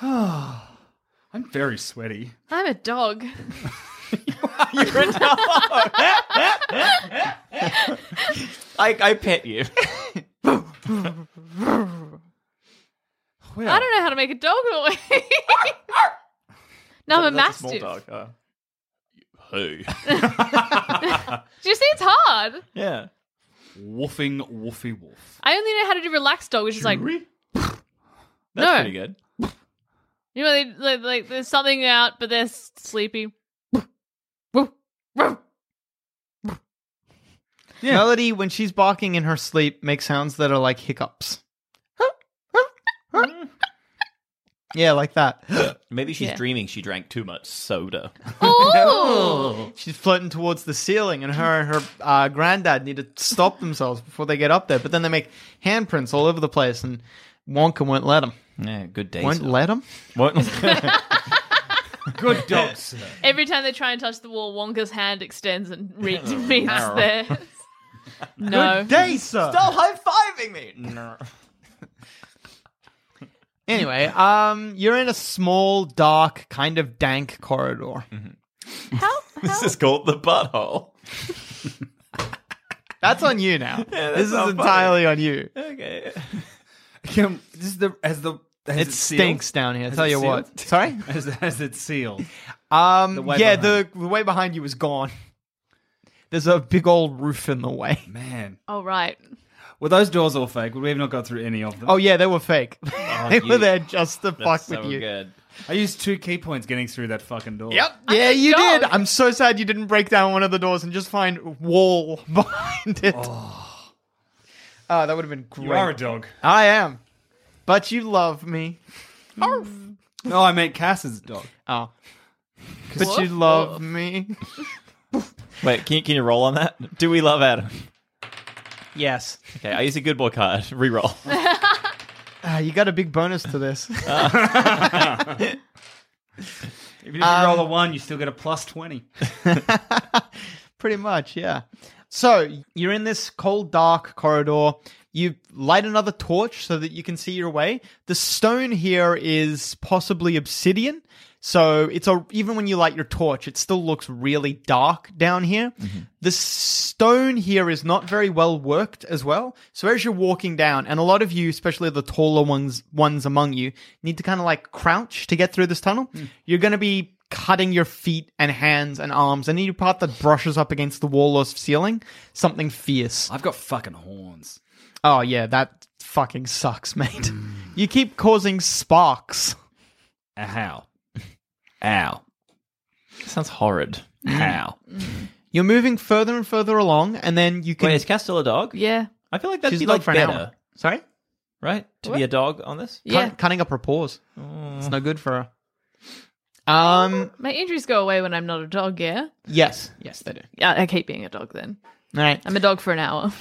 Speaker 4: I'm very sweaty.
Speaker 7: I'm a dog.
Speaker 5: I, I pet you.
Speaker 4: Well,
Speaker 7: I don't know how to make a dog noise. no, I'm a
Speaker 5: That's small
Speaker 7: mastiff.
Speaker 5: dog. Uh, hey.
Speaker 7: Do you see it's hard?
Speaker 5: yeah.
Speaker 4: Woofing, woofy, woof.
Speaker 7: I only know how to do relaxed dog, which is like
Speaker 5: That's
Speaker 7: No.
Speaker 5: pretty good.
Speaker 7: you know, they, they, like there's something out, but they're s- sleepy. That's
Speaker 6: Melody, when she's barking in her sleep, makes sounds that are like hiccups. yeah, like that.
Speaker 5: Maybe she's
Speaker 7: Yeah.
Speaker 5: dreaming she drank too much soda.
Speaker 7: Oh!
Speaker 5: Oh.
Speaker 6: She's floating towards the ceiling, and her and her uh, granddad need to stop themselves before they get up there. But then they make handprints all over the place, and Wonka won't let them.
Speaker 5: Yeah, good day.
Speaker 6: Won't let them?
Speaker 4: Good dog, sir.
Speaker 7: Every time they try and touch the wall, Wonka's hand extends and re- meets theirs. No.
Speaker 6: Day, sir!
Speaker 5: high fiving me. No.
Speaker 6: Anyway, um, you're in a small, dark, kind of dank corridor.
Speaker 5: Mm.
Speaker 7: How,
Speaker 5: This
Speaker 7: how
Speaker 5: is called the butthole.
Speaker 6: That's on you now.
Speaker 5: that's
Speaker 6: this is
Speaker 5: not funny.
Speaker 6: entirely on you.
Speaker 5: Okay.
Speaker 4: Kim, this is the as the has
Speaker 6: It stinks down here. tell
Speaker 4: it
Speaker 6: you
Speaker 4: sealed?
Speaker 6: what. Sorry.
Speaker 4: sealed? As, as it's sealed.
Speaker 6: Um.
Speaker 4: way
Speaker 6: yeah.
Speaker 4: behind.
Speaker 6: The, the way behind you is gone. There's a big old roof in the way.
Speaker 4: Man,
Speaker 7: Oh right.
Speaker 4: were those doors all fake? Would we have not got through any of them?
Speaker 6: Oh yeah, they were fake. they were
Speaker 5: you-
Speaker 6: there just to fuck
Speaker 5: That's
Speaker 6: with
Speaker 5: so
Speaker 6: you.
Speaker 5: good.
Speaker 4: I used two key points getting through that fucking door.
Speaker 6: Yep. Yeah,
Speaker 7: a
Speaker 6: you
Speaker 7: dog.
Speaker 6: did. I'm so sad you didn't break down one of the doors and just find wall behind it. Oh, that would have been
Speaker 4: You are a
Speaker 6: great.
Speaker 4: dog.
Speaker 6: I am, but you love me.
Speaker 4: No, I meant Cass's dog.
Speaker 6: Oh. But you love me.
Speaker 5: Wait, can you, can you roll on that? Do we love Adam?
Speaker 6: Yes.
Speaker 5: Okay, I use a good boy card. Reroll.
Speaker 6: Ah, you got a big bonus to this.
Speaker 4: If you roll a one, you still get a plus twenty.
Speaker 6: Pretty much, yeah. So you're in this cold, dark corridor. You light another torch so that you can see your way. The stone here is possibly obsidian. So it's a even when you light your torch, it still looks really dark down here. The stone here is not very well worked as well. So as you're walking down, and a lot of you, especially the taller ones ones among you, need to kind of like crouch to get through this tunnel. You're gonna be cutting your feet and hands and arms, any part that brushes up against the wall or ceiling, something fierce.
Speaker 4: I've got fucking horns.
Speaker 6: Oh yeah, that fucking sucks, mate. You keep causing sparks.
Speaker 4: Uh, How? Ow.
Speaker 5: Sounds horrid.
Speaker 4: How?
Speaker 6: You're moving further and further along, and then you can.
Speaker 5: Wait, is Cass still a dog?
Speaker 7: Yeah.
Speaker 5: I feel like that'd
Speaker 6: She's
Speaker 5: be
Speaker 6: a dog
Speaker 5: like
Speaker 6: for an hour.
Speaker 5: better,
Speaker 6: Sorry,
Speaker 5: right? To be a dog on this.
Speaker 7: Yeah.
Speaker 6: Cut- cutting up her paws. It's no good for her. Um.
Speaker 7: My injuries go away when I'm not a dog, yeah?
Speaker 6: Yes. Yes, they do.
Speaker 7: Yeah, I keep being a dog then.
Speaker 6: All right.
Speaker 7: I'm a dog for an hour.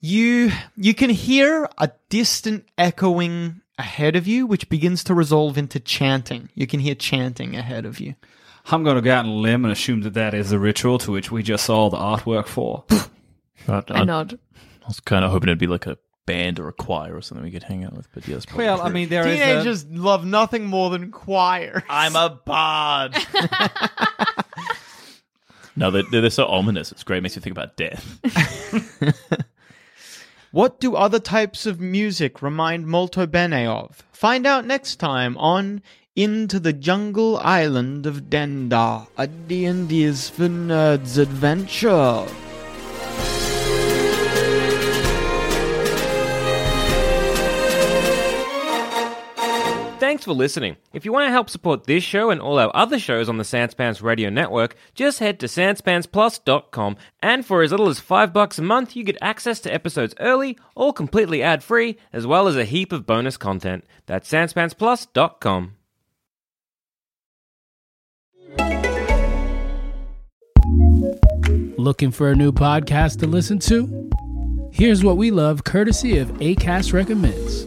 Speaker 6: You you can hear a distant echoing ahead of you, which begins to resolve into chanting. You can hear chanting ahead of you.
Speaker 4: I'm going to go out on a limb and assume that that is the ritual to which we just saw the artwork for.
Speaker 7: I nod.
Speaker 5: I was kind of hoping it'd be like a band or a choir or something we could hang out with, but yes.
Speaker 4: well, I mean, there is
Speaker 6: Teenagers love nothing more than choir.
Speaker 5: I'm a bard. no, they're, they're so ominous. It's great. It makes you think about death.
Speaker 6: What do other types of music remind Molto Bene of? Find out next time on Into the Jungle Island of Dendar, a D&D is for nerds adventure.
Speaker 10: Thanks for listening. If you want to help support this show and all our other shows on the Sanspants Radio Network, just head to sanspantsplus.com and for as little as 5 bucks a month, you get access to episodes early, all completely ad-free, as well as a heap of bonus content. That's sanspantsplus.com.
Speaker 11: Looking for a new podcast to listen to? Here's what we love courtesy of ACAST Recommends.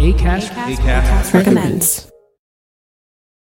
Speaker 11: ACAST,
Speaker 4: Acast recommends.